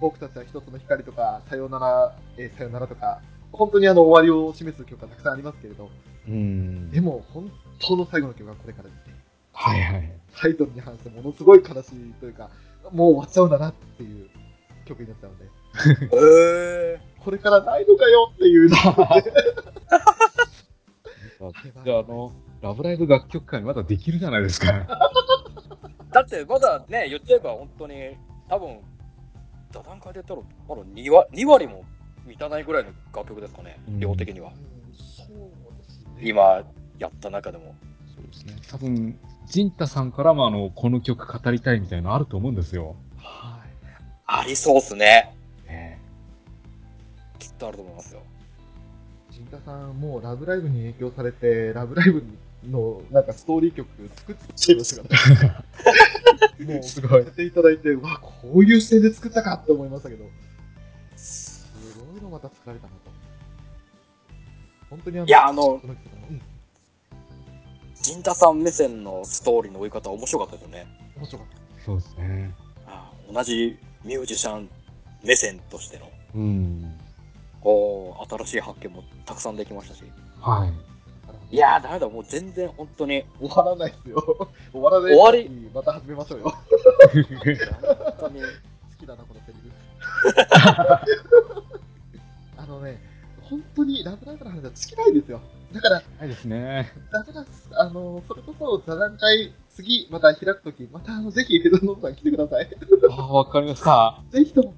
Speaker 2: 僕たちは一つの光とか、さよなら、えーさよならとか、本当にあの終わりを示す曲がたくさんありますけれど、
Speaker 3: うん。
Speaker 2: でも本当の最後の曲がこれからですね。
Speaker 3: はいはい。
Speaker 2: タイトルに反してものすごい悲しいというか、もう終わっちゃうんだなっていう曲になっちゃうので、
Speaker 4: へ
Speaker 2: これからないのかよっていうのが
Speaker 3: じゃあ、あの、ラブライブ楽曲会まだできるじゃないですか。
Speaker 4: ぇだってまだね、言っちゃえば本当に、多分、座談会で言ったら、まだ2割 ,2 割も満たないぐらいの楽曲ですかね、
Speaker 3: うん
Speaker 4: 量的には。
Speaker 2: そうですね。
Speaker 4: 今やった中でも。
Speaker 3: そうですね。多分、ジンタさんからも、あの、この曲語りたいみたいなのあると思うんですよ。
Speaker 2: はい。
Speaker 4: ありそうっすね。
Speaker 3: ね
Speaker 4: きっとあると思いますよ。
Speaker 2: 陣田さん、もうラブライブに影響されて、ラブライブのなんかストーリー曲作っちゃいましたから、 ね、もう
Speaker 3: すごい
Speaker 2: やっていただいて、うわ、こういう視点で作ったかって思いましたけど、すごいのまた作られたなと。本当にあの、
Speaker 4: いやあの
Speaker 2: そ人のうん、
Speaker 4: 陣田さん目線のストーリーの追い方面白かったですよね。
Speaker 2: 面白かった。
Speaker 3: そうですね。
Speaker 4: ああ同じミュージシャン目線としての
Speaker 3: うん。
Speaker 4: おー新しい発見もたくさんできましたし。
Speaker 3: はい。
Speaker 4: いやー、ダメだ、もう全然本当に、
Speaker 2: 終わらないですよ。 終わらない。
Speaker 4: 終わり。
Speaker 2: また始めましょうよ。
Speaker 4: 本当に。
Speaker 2: 好きだな、このセリフ。 あのね、本当にラブライブの話は尽きないですよ。だから、
Speaker 3: ないですね。
Speaker 2: だから、あの、それこそ座談会、次、また開くとき、また、あの、ぜひ、フェザーノートさん来てください。
Speaker 3: ああ、わかりました。
Speaker 2: ぜひとも。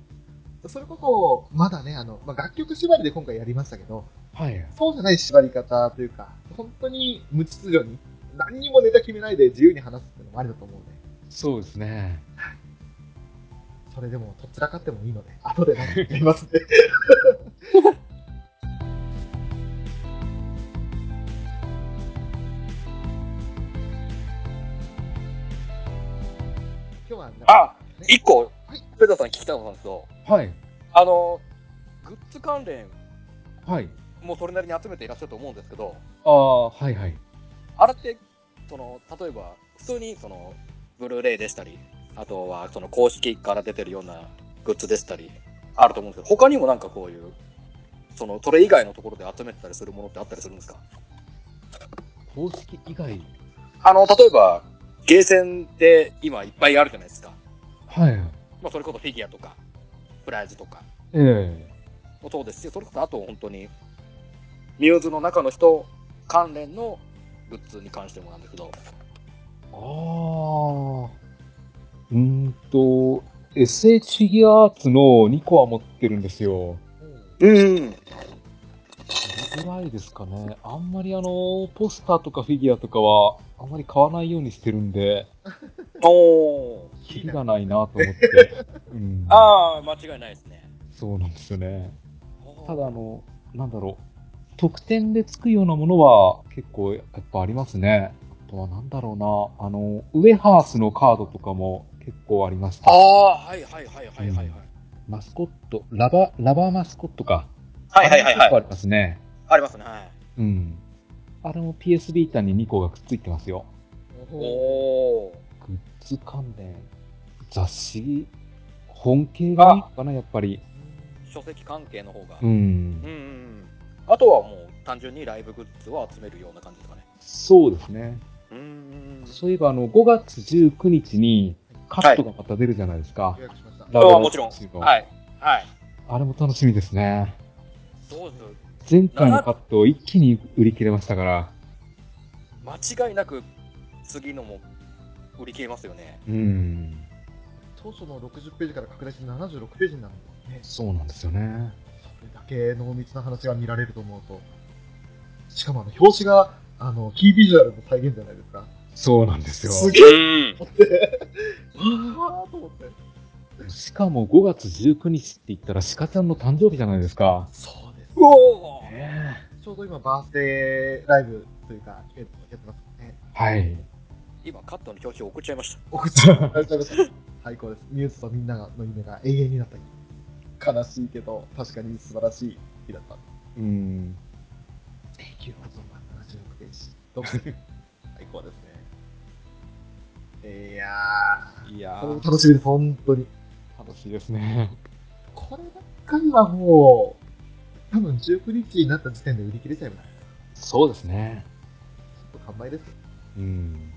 Speaker 2: それこそ、まだね、あの、まあ、楽曲縛りで今回やりましたけど、
Speaker 3: はい。
Speaker 2: そうじゃない絞り方というか、本当に無秩序に、何にもネタ決めないで自由に話すっていうのもありだと思うね。
Speaker 3: そうですね。
Speaker 2: それでも、とっちらかってもいいので、後で何かやりますね。 今日は、
Speaker 4: あ一個
Speaker 2: はい、
Speaker 4: ペタさん聞きたいことなんですけど、
Speaker 3: はい。
Speaker 4: あの、グッズ関連、
Speaker 3: はい。
Speaker 4: もうそれなりに集めていらっしゃると思うんですけど、
Speaker 3: ああ、はいはい。
Speaker 4: あれって、その、例えば、普通に、その、ブルーレイでしたり、あとは、その、公式から出てるようなグッズでしたり、あると思うんですけど、他にもなんかこういう、その、それ以外のところで集めてたりするものってあったりするんですか
Speaker 3: 公式以外。
Speaker 4: あの、例えば、ゲーセンって今いっぱいあるじゃないですか。
Speaker 3: はい。
Speaker 4: まあ、それこそフィギュアとか、プライズとか
Speaker 3: ええ
Speaker 4: もそうですし、それこそあと本当に、ミューズの中の人関連のグッズに関してもなんですけど、
Speaker 3: ああ。うーんと、SH ギアアーツの2個は持ってるんですよ。
Speaker 4: うん。
Speaker 3: どれぐらいですかね。あんまりあの、ポスターとかフィギュアとかは、あんまり買わないようにしてるんで、
Speaker 4: おー。
Speaker 3: キリがないなと思って。 うん、
Speaker 4: ああ、間違いないですね。
Speaker 3: そうなんですよね。ただあの、なんだろう。得点でつくようなものは結構やっぱありますね。あとはなんだろうな。あの、ウェハースのカードとかも結構ありました
Speaker 4: あ。あ、はいはいはいはいはいはい。
Speaker 3: マスコット、ラバ、ラバーマスコットか。
Speaker 4: はいはいはい
Speaker 3: あれも結構
Speaker 4: は
Speaker 3: あ
Speaker 4: い。
Speaker 3: りますね。
Speaker 4: ありますね。はい
Speaker 3: うん。あれも PS ビータに2個がくっついてますよ。
Speaker 4: お
Speaker 2: お
Speaker 4: お。
Speaker 3: グッズ関連、雑誌、本系がいいのかな、やっぱり。
Speaker 4: 書籍関係の方が。
Speaker 3: う
Speaker 4: うん
Speaker 3: ん
Speaker 4: う。ん。あとはもう単純にライブグッズを集めるような感じですかね。
Speaker 3: そうですね。
Speaker 4: うん。
Speaker 3: そういえば、あの、5月19日にカットがまた出るじゃないですか
Speaker 2: 予。約しました。
Speaker 3: ラベル
Speaker 4: あもちろん
Speaker 3: 雑誌の
Speaker 4: はい。はい。
Speaker 3: あれも楽しみですね。
Speaker 4: そうです。
Speaker 3: 前回のカットを一気に売り切れましたから。
Speaker 4: 間違いなく次のも売り切れますよね。
Speaker 3: うん。
Speaker 2: 当初の60ページから拡大して76ページになるんですね。
Speaker 3: そうなんですよね。
Speaker 2: それだけ濃密な話が見られると思うと。しかもあの、表紙が、あの、キービジュアルの再現じゃないですか。
Speaker 3: そうなんですよ。
Speaker 2: すげ
Speaker 4: うん。
Speaker 2: えわーと思って。
Speaker 3: しかも5月19日って言ったら鹿ちゃんの誕生日じゃないですか。
Speaker 2: そうです。
Speaker 4: おお。
Speaker 2: ちょうど今、バースデーライブというか、えっとやってますね。
Speaker 3: はい。
Speaker 4: 今カットの表紙送っちゃいました。
Speaker 2: 送っちゃう。ありがとうございます最高です。ミューズとみんなの夢が永遠になった日。悲しいけど、確かに素晴らしい日だった。
Speaker 3: うん。
Speaker 2: 永久保存版76ページ。どう も最高ですね。いや
Speaker 3: いや
Speaker 2: ー、これも楽しみです、本当に。
Speaker 3: 楽しいですね。
Speaker 2: こればっかりはもう、多分19日になった時点で売り切れちゃいます。
Speaker 3: そうですね。
Speaker 2: ちょっと完売です。
Speaker 3: うん。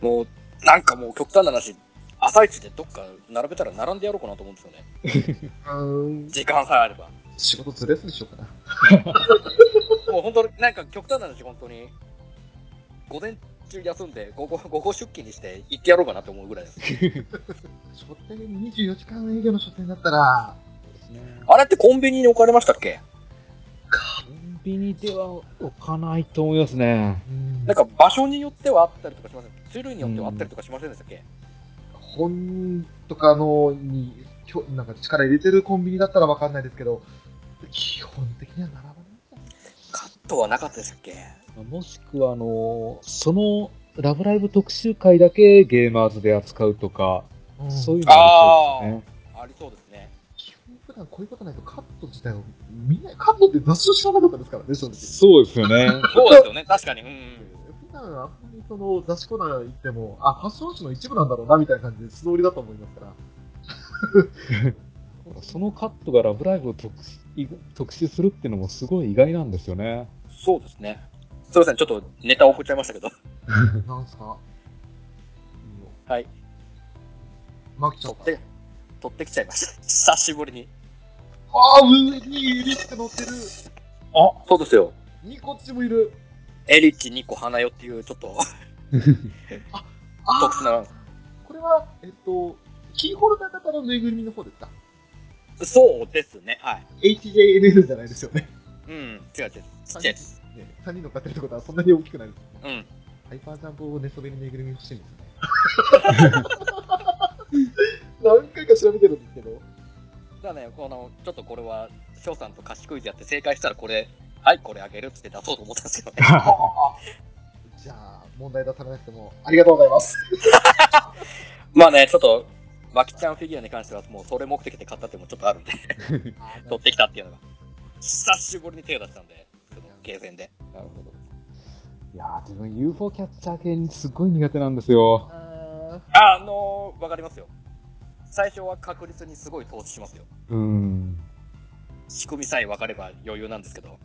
Speaker 4: もうなんかもう極端な話。朝一でどっか並べたら並んでやろうかなと思うんですよね。
Speaker 2: うーん、
Speaker 4: 時間さえあれば。
Speaker 2: 仕事ずれずにしようかな。
Speaker 4: もう本当になんか極端な話、本当に。午前中休んで、午後、午後出勤にして行ってやろうかなと思うぐらいです。
Speaker 2: 書店24時間営業の書店だったら、
Speaker 4: あれってコンビニに置かれましたっけ
Speaker 3: コンビニでは置かないと思いますね。
Speaker 2: うん
Speaker 4: なんか場所によってはあったりとかしません。種類によってはあったりとかしませんでしたっけ、
Speaker 2: 本とかのに、きょなんか力入れてるコンビニだったらわかんないですけど、基本的には並ばない。
Speaker 4: カットはなかったでしたっけ
Speaker 3: もしくは、あの、その、ラブライブ特集会だけゲーマーズで扱うとか、そういうのありそうですね。
Speaker 4: ありそうですね。
Speaker 2: 基本普段こういうことないとカット自体を見ない、カットって雑誌を知らなかったですからね、正直。
Speaker 3: そうですよね。
Speaker 4: そうですよね、確かに。うん。
Speaker 2: 普段あんまりその雑誌コーナー行っても、あ、ファッション誌の一部なんだろうな、みたいな感じで素通りだと思いますから。
Speaker 3: そのカットがラブライブを特集特集するっていうのもすごい意外なんですよ ね。
Speaker 4: そうですね。すいません、ちょっとネタ送っちゃいましたけど。
Speaker 2: なんすか
Speaker 4: はい。
Speaker 2: マキちゃん
Speaker 4: 取。って、取ってきちゃいました。 久しぶりに。
Speaker 2: あー、上にリスク乗ってる。
Speaker 4: あそうですよ。
Speaker 2: にこっちもいる。
Speaker 4: エリッチ2個花よっていう、ちょっと特殊な。
Speaker 2: これは、えっと、キーホルダー型のぬいぐるみの方ですか
Speaker 4: そうですね、はい。
Speaker 2: ?HJNL じゃないですよ ね。
Speaker 4: うん、違う違う。ちっちゃいです。
Speaker 2: ね、3人の方ってことはそんなに大きくないです。
Speaker 4: うん。
Speaker 2: ハイパージャンボを寝そべりぬいぐるみ欲しいんですよね。 何回か調べてるんですけど。
Speaker 4: じゃあね、この、ちょっとこれは、翔さんと貸しクイズやって正解したらこれ、はい、これあげるっつって出そうと思ったんですよね。
Speaker 2: じゃあ、問題出されなくても、ありがとうございます。
Speaker 4: まあね、ちょっと、マキちゃんフィギュアに関しては、もうそれ目的で買ったっていうのもちょっとあるん で、取ってきたっていうのが、久しぶりに手を出したんで、そのゲーセンで。
Speaker 3: なるほど。いやー、自分 UFO キャッチャー系にすごい苦手なんですよ。
Speaker 2: あ
Speaker 4: あのー、わかりますよ。最初は確率にすごい投資しますよ。
Speaker 3: うーん。
Speaker 4: 仕組みさえ分かれば余裕なんですけど。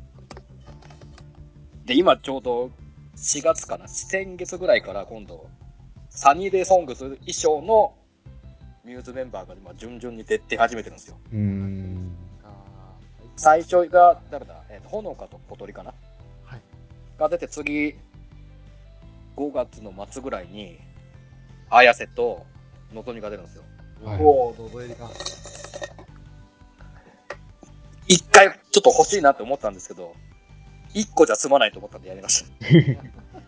Speaker 4: で、今ちょうど4月かな、先月ぐらいから今度、サニーデイソングス衣装のミューズメンバーが今順々に出て始めてるんですよ。
Speaker 3: うーん。
Speaker 2: ーあー
Speaker 4: 最初が誰だ、えーと、ほのかと小鳥かな
Speaker 2: はい。
Speaker 4: が出て次、5月の末ぐらいに、綾瀬とのぞみが出るんですよ。
Speaker 3: はい
Speaker 2: おー、どぞえりか。
Speaker 4: 一回ちょっと欲しいなって思ったんですけど、一個じゃ済まないと思ったんでやめま し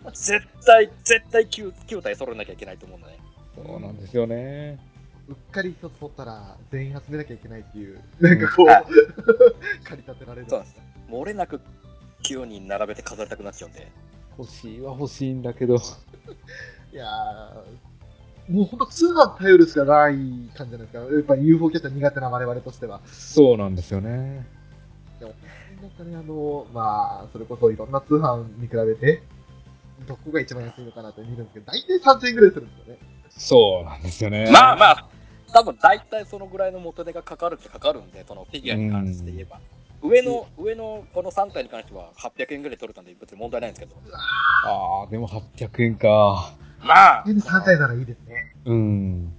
Speaker 4: た。絶対、絶対 9, 9体揃えなきゃいけないと思うんだね。
Speaker 3: そうなんですよね。
Speaker 2: うっかり一つ取ったら、全員集めなきゃいけないっていう、なんかこう
Speaker 4: はい、
Speaker 2: 駆り立てられる。
Speaker 4: そうなんです。漏れなく9人並べて飾りたくなっちゃうんで。
Speaker 3: 欲しいは欲しいんだけど。
Speaker 2: いやーもうほんと通販頼るしかない感じじゃないですか。やっぱ UFO キャッチャー苦手な我々としては。
Speaker 3: そうなんですよね。
Speaker 2: なんかね、あの、まあ、それこそいろんな通販に比べて、どこが一番安いのかなって見るんですけど、大体3000円ぐらいするんですよね。
Speaker 3: そうなんですよね。
Speaker 4: まあまあ、多分大体そのぐらいの元手がかかるってかかるんで、そのフィギュアに関して言えば。上の、上のこの3体に関しては800円ぐらい取れたんで別に問題ないんですけど。
Speaker 3: あー、でも800円か。
Speaker 4: まあ、
Speaker 2: 家で3体ならいいですね。
Speaker 3: うん。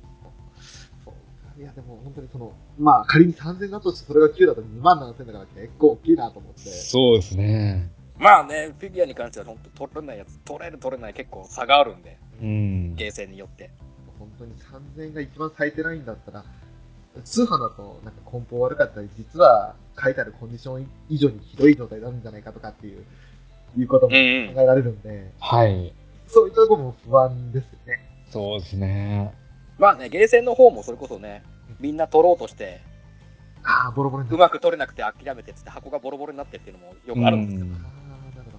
Speaker 2: いや、でも本当にその、まあ仮に3000円だとして、それが9だと2万7000円だから結構大きいなと思って。
Speaker 3: そうですね。
Speaker 4: まあね、フィギュアに関しては本当取れないやつ、取れる取れない結構差があるんで、
Speaker 3: うん。
Speaker 4: ゲーセンによって。
Speaker 2: 本当に3000円が一番最低ラインだったら、通販だとなんか梱包悪かったり、実は書いてあるコンディション以上にひどい状態になるんじゃないかとかっていう、いうことも
Speaker 4: うん
Speaker 2: 考
Speaker 4: うん。
Speaker 2: えられるんで、
Speaker 3: はい。
Speaker 2: そういったところも不安ですよね。
Speaker 3: そうですね。
Speaker 4: まあね、ゲーセンの方もそれこそね、みんな取ろうとして、
Speaker 2: ああ、ボロボロにな
Speaker 4: う
Speaker 2: る。
Speaker 4: まく取れなくて諦めてっつって箱がボロボロになってっていうのもよくあるんですよ。
Speaker 2: ああ、なるほど。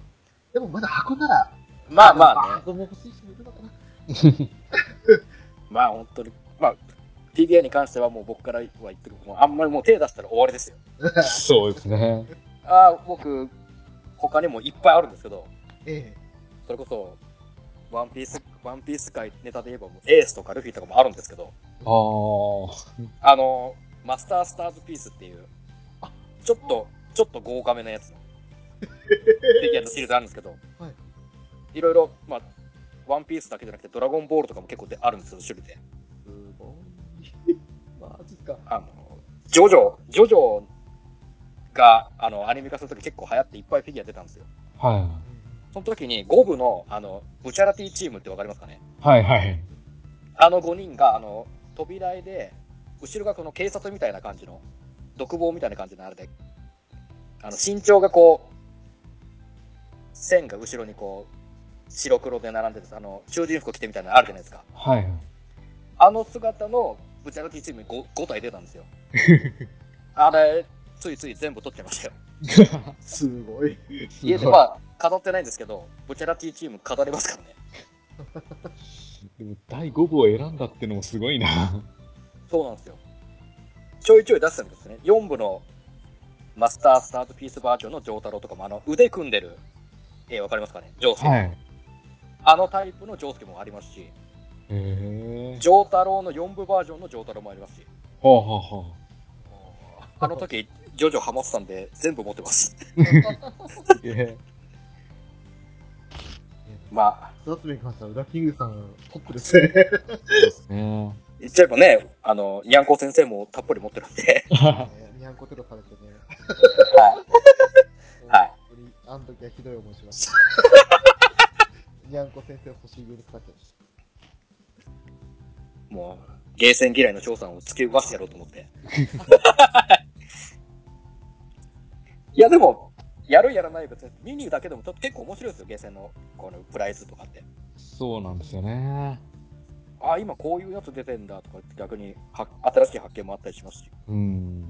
Speaker 2: でもまだ箱なら、
Speaker 4: まあまあね、
Speaker 2: 箱も欲しい人いるのかな。
Speaker 4: まあ本当に、まあ、PDA に関してはもう僕からは言ってるもうあんまりもう手出したら終わりですよ。
Speaker 3: そうですね。
Speaker 4: ああ、僕、他にもいっぱいあるんですけど、
Speaker 2: ええ。
Speaker 4: それこそ、ワンピース、ワンピース界ネタで言えばもうエースとかルフィとかもあるんですけど、
Speaker 3: あー。
Speaker 4: あの、マスタースターズピースっていう、ちょっと、ちょっと豪華めなや つのフィギュアのシリーズあるんですけど、、
Speaker 2: はい
Speaker 4: ろいろ、まあ、ワンピースだけじゃなくて、ドラゴンボールとかも結構であるんですよ、種類で。
Speaker 2: すごい。 マジか。
Speaker 4: あの、ジョジョ、ジョジョが、あの、アニメ化するとき結構流行っていっぱいフィギュア出たんですよ。
Speaker 3: は
Speaker 4: その時に、5部の、あの、ブチャラティチームってわかりますかね
Speaker 3: い。はいはい。
Speaker 4: あの5人が、あの、扉絵で、後ろがこの警察みたいな感じの、独房みたいな感じのあれで、あの、身長がこう、線が後ろにこう、白黒で並んでて、あの、囚人服着てみたいなのあるじゃないですか。
Speaker 3: はい はい。
Speaker 4: あの姿のブチャラティチーム 5, 5体出たんですよ。あれ、ついつい全部取っちゃいましたよ。
Speaker 2: すごい。
Speaker 4: 家でまあ、飾ってないんですけど、ブチャラティチーム飾りますからね。
Speaker 3: でも第5部を選んだってのもすごいな。
Speaker 4: そうなんですよ。ちょいちょい出してたんですね。4部のマスタースタートピースバージョンの丈太郎とかも、あの、腕組んでる絵わかりますかね丈介、
Speaker 3: はい。
Speaker 4: あのタイプの丈介もありますし、
Speaker 3: へえ。
Speaker 4: 丈太郎の4部バージョンの丈太郎もありますし、
Speaker 3: ほうほうほう。
Speaker 4: あの時、ジョジョハマってたんで、全部持ってます。
Speaker 3: いえ
Speaker 4: まあ、
Speaker 2: 夏目に関しては、裏キングさん、トップですね。
Speaker 3: そうです ね。
Speaker 4: 言っちゃえばね、あの、にゃんこ先生もたっぷり持ってるんで、
Speaker 2: にゃんこテロされてね。
Speaker 4: はい。はい
Speaker 2: 本当に。あの時はひどい思いしました。にゃんこ先生星許さけです。
Speaker 4: もう、ゲーセン嫌いの翔さんを突き動かしてやろうと思って。 いや、でも、やるやらない別に、メニューだけでもちょっと結構面白いですよ、ゲーセンの、このプライズとかって。
Speaker 3: そうなんですよね。
Speaker 4: ああ、今こういうやつ出てんだとかって逆には新しい発見もあったりしますし、
Speaker 3: うん。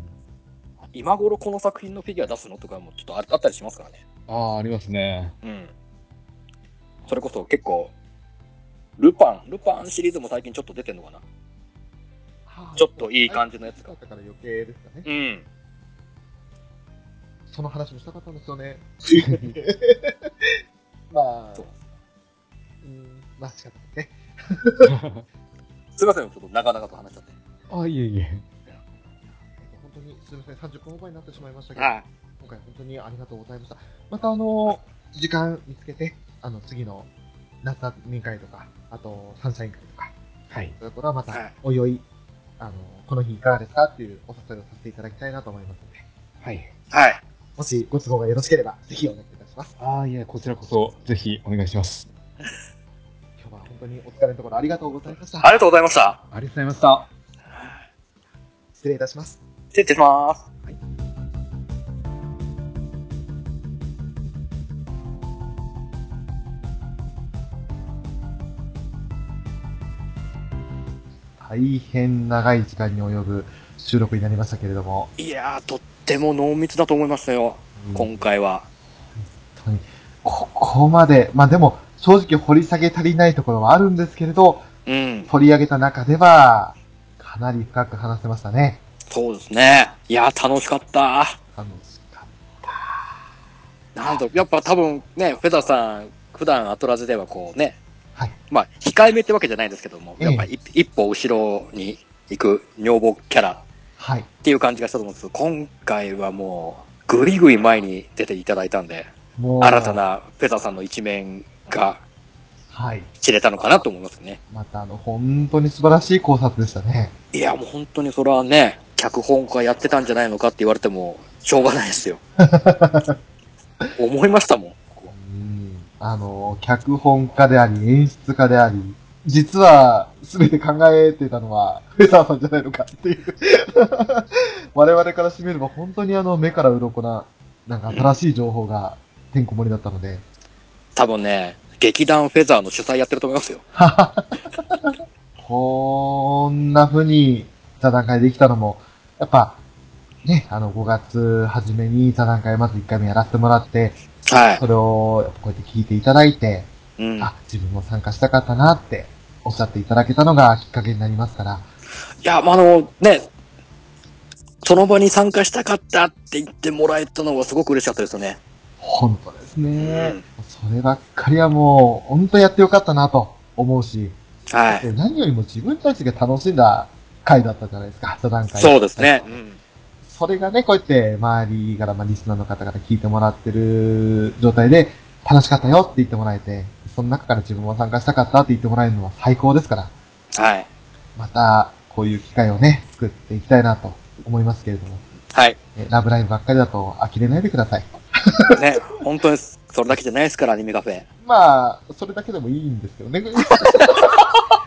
Speaker 4: 今頃この作品のフィギュア出すのとかもちょっとああったりしますからね。
Speaker 3: ああ、あります ね。
Speaker 4: うん。それこそ結構、ルパン、ルパンシリーズも最近ちょっと出てんのかな。ちょっといい感じのやつ
Speaker 2: だ
Speaker 4: が
Speaker 2: ったから余計ですかね。
Speaker 4: うん。
Speaker 2: その話もしたかったんですよね。まあ、
Speaker 4: そう
Speaker 2: うん、まあ仕方ないね。
Speaker 4: すいません、ちょっと長々と話しちゃって。
Speaker 3: あ、いえいえ。
Speaker 2: 本当にすみません、30分オーバーになってしまいましたけど、
Speaker 4: はい。
Speaker 2: 今回本当にありがとうございました。またあの、時間見つけて、あの、次の夏民会とか、あと、サンシャイン会とか、
Speaker 3: はい。
Speaker 2: そういうことはま
Speaker 4: は
Speaker 2: た
Speaker 4: い、
Speaker 2: おいおい、あの、この日いかがですかっていうお誘いをさせていただきたいなと思いますので、
Speaker 3: はい。
Speaker 4: はい。
Speaker 2: もしご都合がよろしければ、ぜひお願いいたします。
Speaker 3: ああ、いえ、こちらこそ、ぜひお願いします。
Speaker 2: 今日は本当にお疲れのところありがとうございました。
Speaker 4: ありがとうございました。
Speaker 3: ありがとうございました。
Speaker 2: 失礼いたします。
Speaker 4: 失礼します。
Speaker 2: 大変長い時間に及ぶ収録になりましたけれども、
Speaker 4: いやー、とっても濃密だと思いましたよ、今回は。
Speaker 2: 本当にここまで、まあでも、正直掘り下げ足りないところはあるんですけれど、
Speaker 4: うん、
Speaker 2: 取り上げた中では、かなり深く話せましたね。
Speaker 4: そうですね。いやー、楽しかった。
Speaker 2: 楽しかっ
Speaker 4: なんと、やっぱ多分ね、フェザーさん、普段アトラジではこうね、
Speaker 2: はい
Speaker 4: まあ、控えめってわけじゃないですけども、やっぱ
Speaker 2: え
Speaker 4: 一,、一歩後ろに行く女房キャラ
Speaker 2: た。はい。
Speaker 4: っていう感じがしたと思うんですけど、今回はもう、ぐいぐい前に出ていただいたんで、
Speaker 2: もう、
Speaker 4: 新た。なフェザーさんの一面が
Speaker 2: はい。
Speaker 4: 知れたのかなと思いますね。
Speaker 2: また、あの、本当に素晴らしい考察でしたね。
Speaker 4: いや、もう本当にそれはね、脚本家やってたんじゃないのかって言われても、しょうがない ですよ。思いましたもん。
Speaker 2: うん。あの、脚本家であり、演出家であり、実は、すべて考えてたのは、フェザーさんじゃないのかっていう。 我々からしてみれば、本当にあの、目から鱗な、なんか新しい情報が、てんこ盛りだったので、
Speaker 4: 多分ね、劇団フェザーの主催やってると思いますよ。
Speaker 2: こんな風に座談会できたのも、やっぱ、ね、あの、5月初めに座談会まず1回目やらせてもらって、
Speaker 4: は
Speaker 2: それをやっぱこうやって聞いていただいて、
Speaker 4: い。うん。い
Speaker 2: あ、自分も参加したかったなっておっしゃっていただけたのがきっかけになりますから、
Speaker 4: や、まあ、あの、ね、その場に参加したかったって言ってもらえたのはすごく嬉しかったですよね。
Speaker 2: 本当ですね。
Speaker 4: うん
Speaker 2: そればっかりはもう、本当やってよかったなと思うし、
Speaker 4: は
Speaker 2: で
Speaker 4: い。
Speaker 2: 何よりも自分たちが楽しんだ回だったじゃないですか、座談会。
Speaker 4: そうですね。うん。
Speaker 2: それがね、こうやって周りから、まあ、リスナーの方から聞いてもらってる状態で、楽しかったよって言ってもらえて、その中から自分も参加したかったって言ってもらえるのは最高ですから、
Speaker 4: はい。
Speaker 2: また、こういう機会をね、作っていきたいなと思いますけれども、
Speaker 4: はい。
Speaker 2: えラブライブばっかりだと呆れないでください。
Speaker 4: ね、本当にそれだけじゃないですから、アニメカフェ。
Speaker 2: まあ、それだけでもいいんですけどね。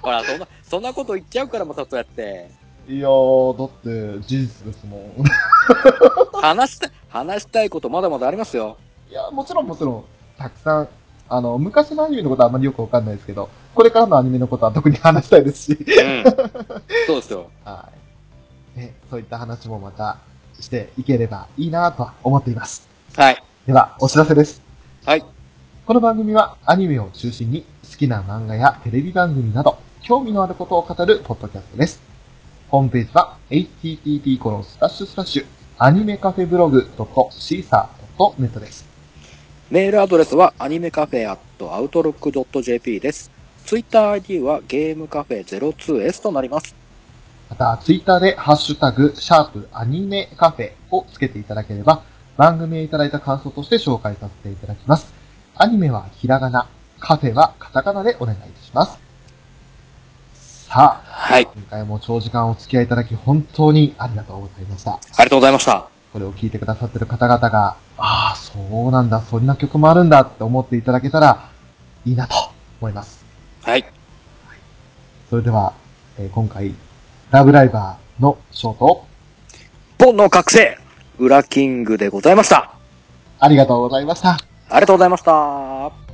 Speaker 4: ほら、そんな、そんなこと言っちゃうから、またそうやって。
Speaker 2: いやー、だって事実ですもん。
Speaker 4: 話した、話したいことまだまだありますよ。
Speaker 2: いや、もちろんもちろん、たくさん、あの、昔のアニメのことはあまりよくわかんないですけど、これからのアニメのことは特に話したいですし。
Speaker 4: うん。そうですよ。
Speaker 2: はい。ね、そういった話もまたしていければいいなとは思っています。
Speaker 4: はい。
Speaker 2: では、お知らせです。
Speaker 4: はい。
Speaker 2: この番組はアニメを中心に好きな漫画やテレビ番組など、興味のあることを語るポッドキャストです。ホームページは、http:// アニメカフェブログ .caesar.net です。
Speaker 4: メールアドレスはアニメカフェアットアウトロックドット JP です。ツイッター ID はゲームカフェ 02S となります。
Speaker 2: また、ツイッターでハッシュタグ、シャープアニメカフェをつけていただければ、番組へいただいた感想として紹介させていただきます。アニメはひらがな、カフェはカタカナでお願いします。さあ、
Speaker 4: はい。
Speaker 2: 今回も長時間お付き合いいただき本当にありがとうございました。
Speaker 4: ありがとうございました。
Speaker 2: これを聞いてくださってる方々が、ああ、そうなんだ、そんな曲もあるんだって思っていただけたらいいなと思います。
Speaker 4: はい。
Speaker 2: それでは、えー今回、ラブライバーのショート、
Speaker 4: ボンの覚醒、裏キングでございました。
Speaker 2: ありがとうございました。
Speaker 4: ありがとうございました。